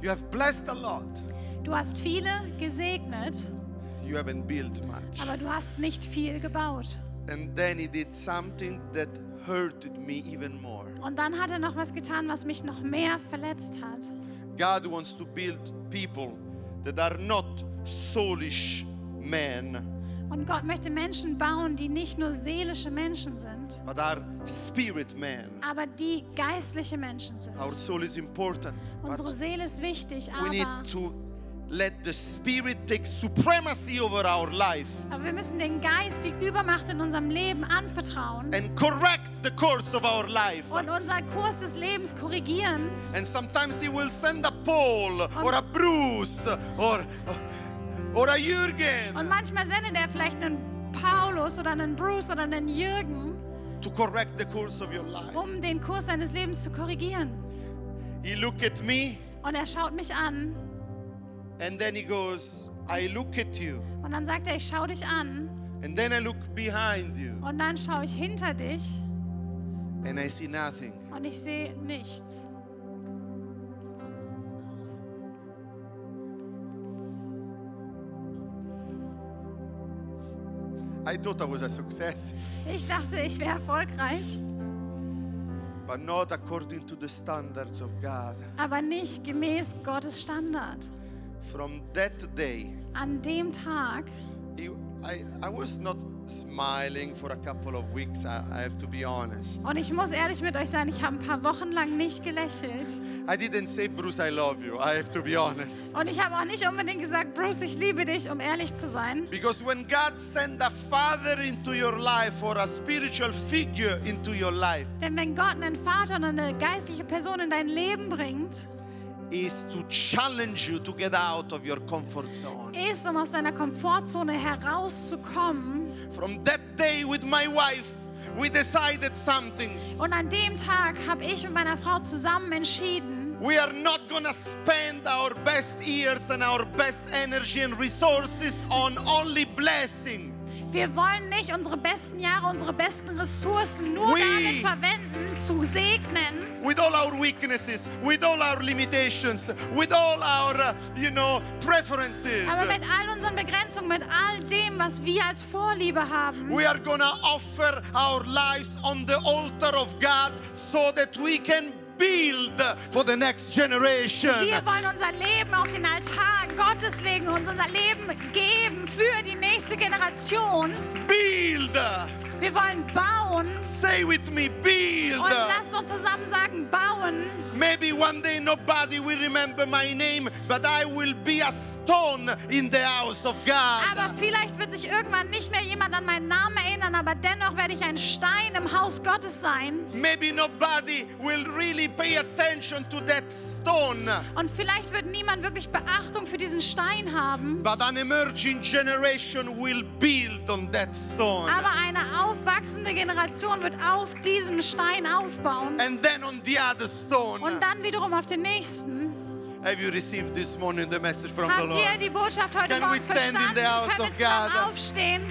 Speaker 3: You have blessed a lot,
Speaker 4: Du hast viele gesegnet,
Speaker 3: you haven't built much.
Speaker 4: aber du hast nicht viel gebaut.
Speaker 3: And then he did something that hurted me even more.
Speaker 4: Und dann hat er noch was getan, was mich noch mehr verletzt hat.
Speaker 3: God wants to build people that are not soulish men,
Speaker 4: Und Gott möchte Menschen bauen, die nicht nur seelische Menschen sind,
Speaker 3: but are spirit men.
Speaker 4: aber die geistliche Menschen sind.
Speaker 3: Our soul is important, but
Speaker 4: Unsere Seele ist wichtig,
Speaker 3: we need
Speaker 4: aber,
Speaker 3: to let the spirit take supremacy over our life
Speaker 4: aber wir müssen den Geist die Übermacht in unserem Leben anvertrauen
Speaker 3: and correct the course of our life.
Speaker 4: und unseren Kurs des Lebens korrigieren.
Speaker 3: And sometimes he will send a Paul or a Bruce or or a
Speaker 4: Und
Speaker 3: Jürgen
Speaker 4: manchmal sendet er vielleicht einen Paulus oder einen Bruce oder einen Jürgen,
Speaker 3: to correct the course of your life.
Speaker 4: um den Kurs seines Lebens zu korrigieren.
Speaker 3: He look at me
Speaker 4: Und er schaut mich an
Speaker 3: and then he goes, I look at you.
Speaker 4: und dann sagt er, ich schau dich an.
Speaker 3: And then I look behind you
Speaker 4: Und dann schaue ich hinter dich
Speaker 3: and I see nothing.
Speaker 4: und ich sehe nichts.
Speaker 3: I thought I was a success.
Speaker 4: Ich dachte, ich wäre erfolgreich.
Speaker 3: but not according to the standards of God.
Speaker 4: aber nicht gemäß Gottes Standard.
Speaker 3: From that day,
Speaker 4: An dem Tag,
Speaker 3: he- I, I was not smiling for a couple of weeks, I, I have to be honest.
Speaker 4: und ich muss ehrlich mit euch sein, ich habe ein paar Wochen lang nicht gelächelt.
Speaker 3: I didn't say, Bruce, I love you, I have to be honest.
Speaker 4: Und ich habe auch nicht unbedingt gesagt, Bruce, ich liebe dich, um ehrlich zu sein.
Speaker 3: Because when God sends a father into your life or a spiritual figure into your life,
Speaker 4: Denn wenn Gott einen Vater und eine geistliche Person in dein Leben bringt,
Speaker 3: is to challenge you to get out of your comfort zone.
Speaker 4: ist, um aus deiner Komfortzone herauszukommen.
Speaker 3: From that day with my wife, we decided something.
Speaker 4: Und an dem Tag habe ich mit meiner Frau zusammen entschieden,
Speaker 3: We are not gonna spend our best years and our best energy and resources on only blessing.
Speaker 4: wir wollen nicht unsere besten Jahre, unsere besten Ressourcen nur
Speaker 3: We-
Speaker 4: damit verwenden, zu segnen,
Speaker 3: With all our weaknesses, with all our limitations, with all our, uh, you know, preferences.
Speaker 4: aber mit all unseren Begrenzungen, mit all dem, was wir als Vorliebe haben.
Speaker 3: We are gonna offer our lives on the altar of God so that we can build for the next generation.
Speaker 4: Wir wollen unser Leben auf den Altar Gottes legen und unser Leben geben für die nächste Generation.
Speaker 3: Build!
Speaker 4: Wir wollen bauen.
Speaker 3: Say with me, build!
Speaker 4: Und lasst uns zusammen sagen, bauen.
Speaker 3: Maybe one day nobody will remember my name, but I will be a stone in the house of
Speaker 4: Aber
Speaker 3: God.
Speaker 4: vielleicht wird sich irgendwann nicht mehr jemand an meinen Namen erinnern, aber dennoch werde ich ein Stein im Haus Gottes sein.
Speaker 3: Maybe nobody will really pay attention to that stone,
Speaker 4: Und vielleicht wird niemand wirklich Beachtung für diesen Stein haben.
Speaker 3: but an emerging generation will build on that stone.
Speaker 4: Aber eine aufwachsende Generation wird auf diesem Stein aufbauen.
Speaker 3: And then on the other stone.
Speaker 4: Und dann wiederum auf den nächsten.
Speaker 3: Have you received this morning the message from the
Speaker 4: Habt ihr
Speaker 3: Lord?
Speaker 4: die Botschaft heute
Speaker 3: Can we
Speaker 4: Morgen
Speaker 3: stand in
Speaker 4: verstanden?
Speaker 3: the house
Speaker 4: Können wir
Speaker 3: of
Speaker 4: zusammen
Speaker 3: God?
Speaker 4: aufstehen?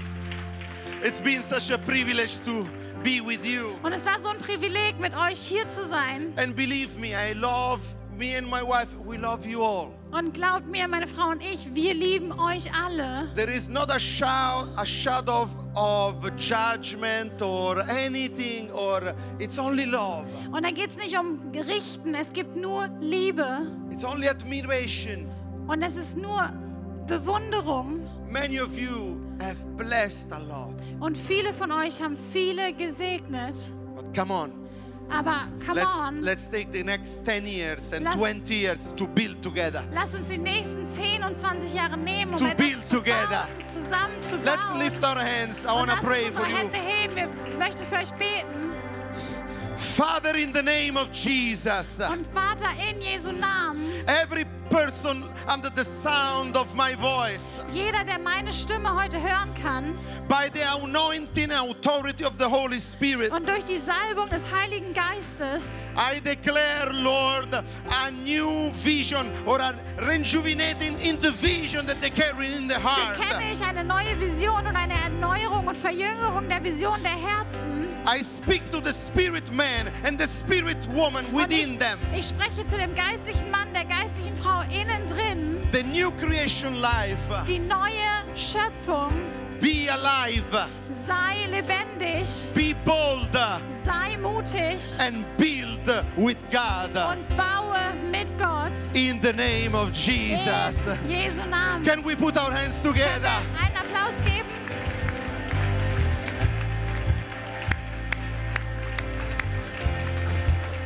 Speaker 3: It's been such a privilege to be with you.
Speaker 4: Und es war so ein Privileg, mit euch hier zu sein.
Speaker 3: And believe me, I love me and my wife, we love you all.
Speaker 4: Und glaubt mir, meine Frau und ich, wir lieben euch alle.
Speaker 3: There is not a, shout, a shadow of, of judgment or anything, or it's only love.
Speaker 4: Und da geht es nicht um Richten, es gibt nur Liebe.
Speaker 3: It's only admiration.
Speaker 4: Und es ist nur Bewunderung.
Speaker 3: Many of you have blessed a lot.
Speaker 4: Und viele von euch haben viele gesegnet.
Speaker 3: But come on,
Speaker 4: Aber come
Speaker 3: let's,
Speaker 4: on,
Speaker 3: let's take the next 10 years and
Speaker 4: Let's-
Speaker 3: 20 years to build together.
Speaker 4: lasst uns die nächsten 10 und 20 Jahre nehmen, um
Speaker 3: To
Speaker 4: etwas
Speaker 3: build
Speaker 4: zu
Speaker 3: together.
Speaker 4: bauen, zusammen zu bauen.
Speaker 3: Let's lift our hands. I
Speaker 4: und
Speaker 3: want to
Speaker 4: lasst
Speaker 3: pray
Speaker 4: uns
Speaker 3: for you.
Speaker 4: unsere Hände heben. Wir möchten für euch beten.
Speaker 3: Father, in the name of Jesus,
Speaker 4: Und Vater, in Jesu Namen,
Speaker 3: every person under the sound of my voice,
Speaker 4: jeder, der meine Stimme heute hören kann
Speaker 3: by the anointing and authority of the Holy Spirit,
Speaker 4: und durch die Salbung des Heiligen Geistes,
Speaker 3: I declare, Lord, a new vision or a rejuvenating in the vision that they carry in the
Speaker 4: Bekenne
Speaker 3: heart.
Speaker 4: ich eine neue Vision und eine Erneuerung und Verjüngerung der Vision der Herzen.
Speaker 3: I speak to the spirit man and the spirit woman
Speaker 4: Und
Speaker 3: within
Speaker 4: ich,
Speaker 3: them.
Speaker 4: ich spreche zu dem geistlichen Mann, der geistlichen Frau innen drin.
Speaker 3: The new creation life.
Speaker 4: Die neue Schöpfung.
Speaker 3: Be alive,
Speaker 4: Sei lebendig.
Speaker 3: be bold,
Speaker 4: Sei mutig.
Speaker 3: and build with God.
Speaker 4: Und baue mit Gott.
Speaker 3: in the name of Jesus.
Speaker 4: In Jesu Namen.
Speaker 3: Can we put our hands together?
Speaker 4: Einen Applaus geben.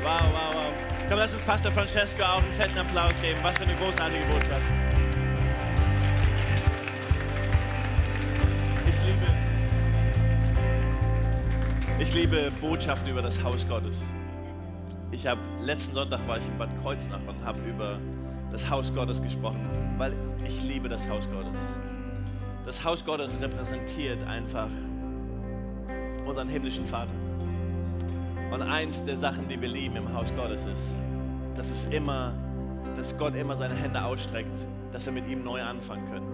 Speaker 2: Wow, wow, wow. Komm, lass uns Pastor Francesco auch einen fetten Applaus geben. Was für eine großartige Botschaft. Ich liebe, ich liebe Botschaften über das Haus Gottes. Ich habe letzten Sonntag war ich in Bad Kreuznach und habe über das Haus Gottes gesprochen, weil ich liebe das Haus Gottes. Das Haus Gottes repräsentiert einfach unseren himmlischen Vater. Und eins der Sachen, die wir lieben im Haus Gottes ist, dass es immer, dass Gott immer seine Hände ausstreckt, dass wir mit ihm neu anfangen können.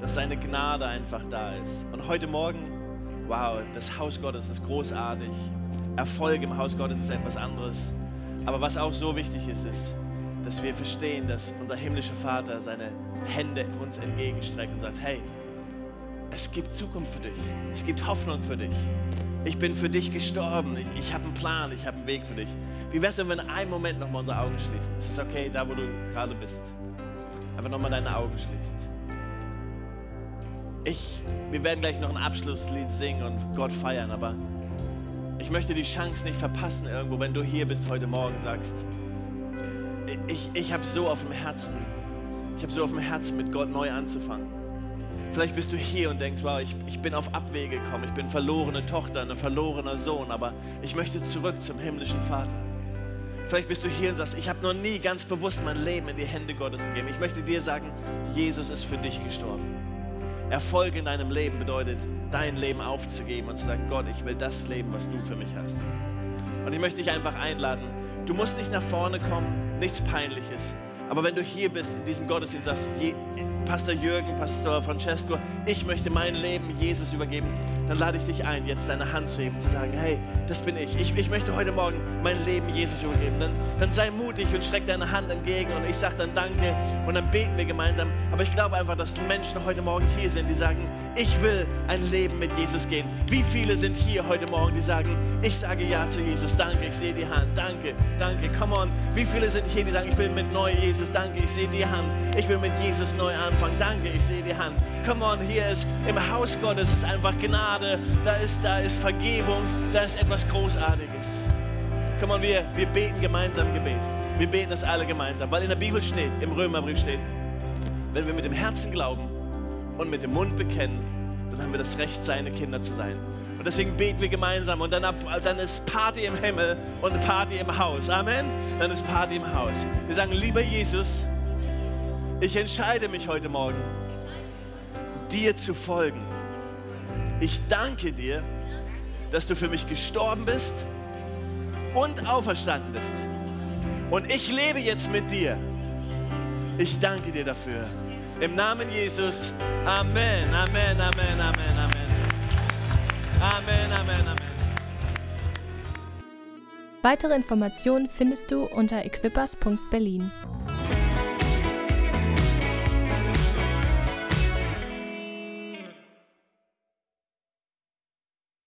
Speaker 2: Dass seine Gnade einfach da ist. Und heute Morgen, wow, das Haus Gottes ist großartig. Erfolg im Haus Gottes ist etwas anderes. Aber was auch so wichtig ist, ist, dass wir verstehen, dass unser himmlischer Vater seine Hände uns entgegenstreckt und sagt, hey, es gibt Zukunft für dich. Es gibt Hoffnung für dich. Ich bin für dich gestorben. Ich, ich habe einen Plan. Ich habe einen Weg für dich. Wie wär's denn, wenn wir einen Moment nochmal unsere Augen schließen? Ist es okay, da wo du gerade bist? Einfach nochmal deine Augen schließt. Ich, wir werden gleich noch ein Abschlusslied singen und Gott feiern, aber ich möchte die Chance nicht verpassen irgendwo, wenn du hier bist heute Morgen sagst, ich, ich habe so auf dem Herzen, ich habe so auf dem Herzen, mit Gott neu anzufangen. Vielleicht bist du hier und denkst, wow, ich, ich bin auf Abwege gekommen, ich bin verlorene Tochter, ein verlorener Sohn, aber ich möchte zurück zum himmlischen Vater. Vielleicht bist du hier und sagst, ich habe noch nie ganz bewusst mein Leben in die Hände Gottes gegeben. Ich möchte dir sagen, Jesus ist für dich gestorben. Erfolg in deinem Leben bedeutet, dein Leben aufzugeben und zu sagen, Gott, ich will das Leben, was du für mich hast. Und ich möchte dich einfach einladen, du musst nicht nach vorne kommen, nichts Peinliches. Aber wenn du hier bist in diesem Gottesdienst, sagst, Je Pastor Jürgen, Pastor Francesco, ich möchte mein Leben Jesus übergeben, dann lade ich dich ein, jetzt deine Hand zu heben, zu sagen, hey, das bin ich. Ich, ich möchte heute Morgen mein Leben Jesus übergeben. Dann, dann sei mutig und streck deine Hand entgegen und ich sage dann Danke und dann beten wir gemeinsam. Aber ich glaube einfach, dass Menschen heute Morgen hier sind, die sagen, ich will ein Leben mit Jesus gehen. Wie viele sind hier heute Morgen, die sagen, ich sage Ja zu Jesus, danke, ich sehe die Hand, danke, danke, come on. Wie viele sind hier, die sagen, ich will mit neu Jesus, danke, ich sehe die Hand, ich will mit Jesus neu anfangen, danke, ich sehe die Hand. Come on, hier ist im Haus Gottes ist einfach Gnade, da ist, da ist Vergebung, da ist etwas Großartiges. Come on, wir, wir beten gemeinsam Gebet. Wir beten das alle gemeinsam, weil in der Bibel steht, im Römerbrief steht, wenn wir mit dem Herzen glauben und mit dem Mund bekennen, dann haben wir das Recht, seine Kinder zu sein. Und deswegen beten wir gemeinsam und dann, ab, dann ist Party im Himmel und Party im Haus. Amen. Dann ist Party im Haus. Wir sagen, lieber Jesus, ich entscheide mich heute Morgen, dir zu folgen. Ich danke dir, dass du für mich gestorben bist und auferstanden bist. Und ich lebe jetzt mit dir. Ich danke dir dafür. Im Namen Jesus. Amen, Amen, Amen, Amen, Amen. Amen, Amen, Amen.
Speaker 1: Weitere Informationen findest du unter equippers.berlin.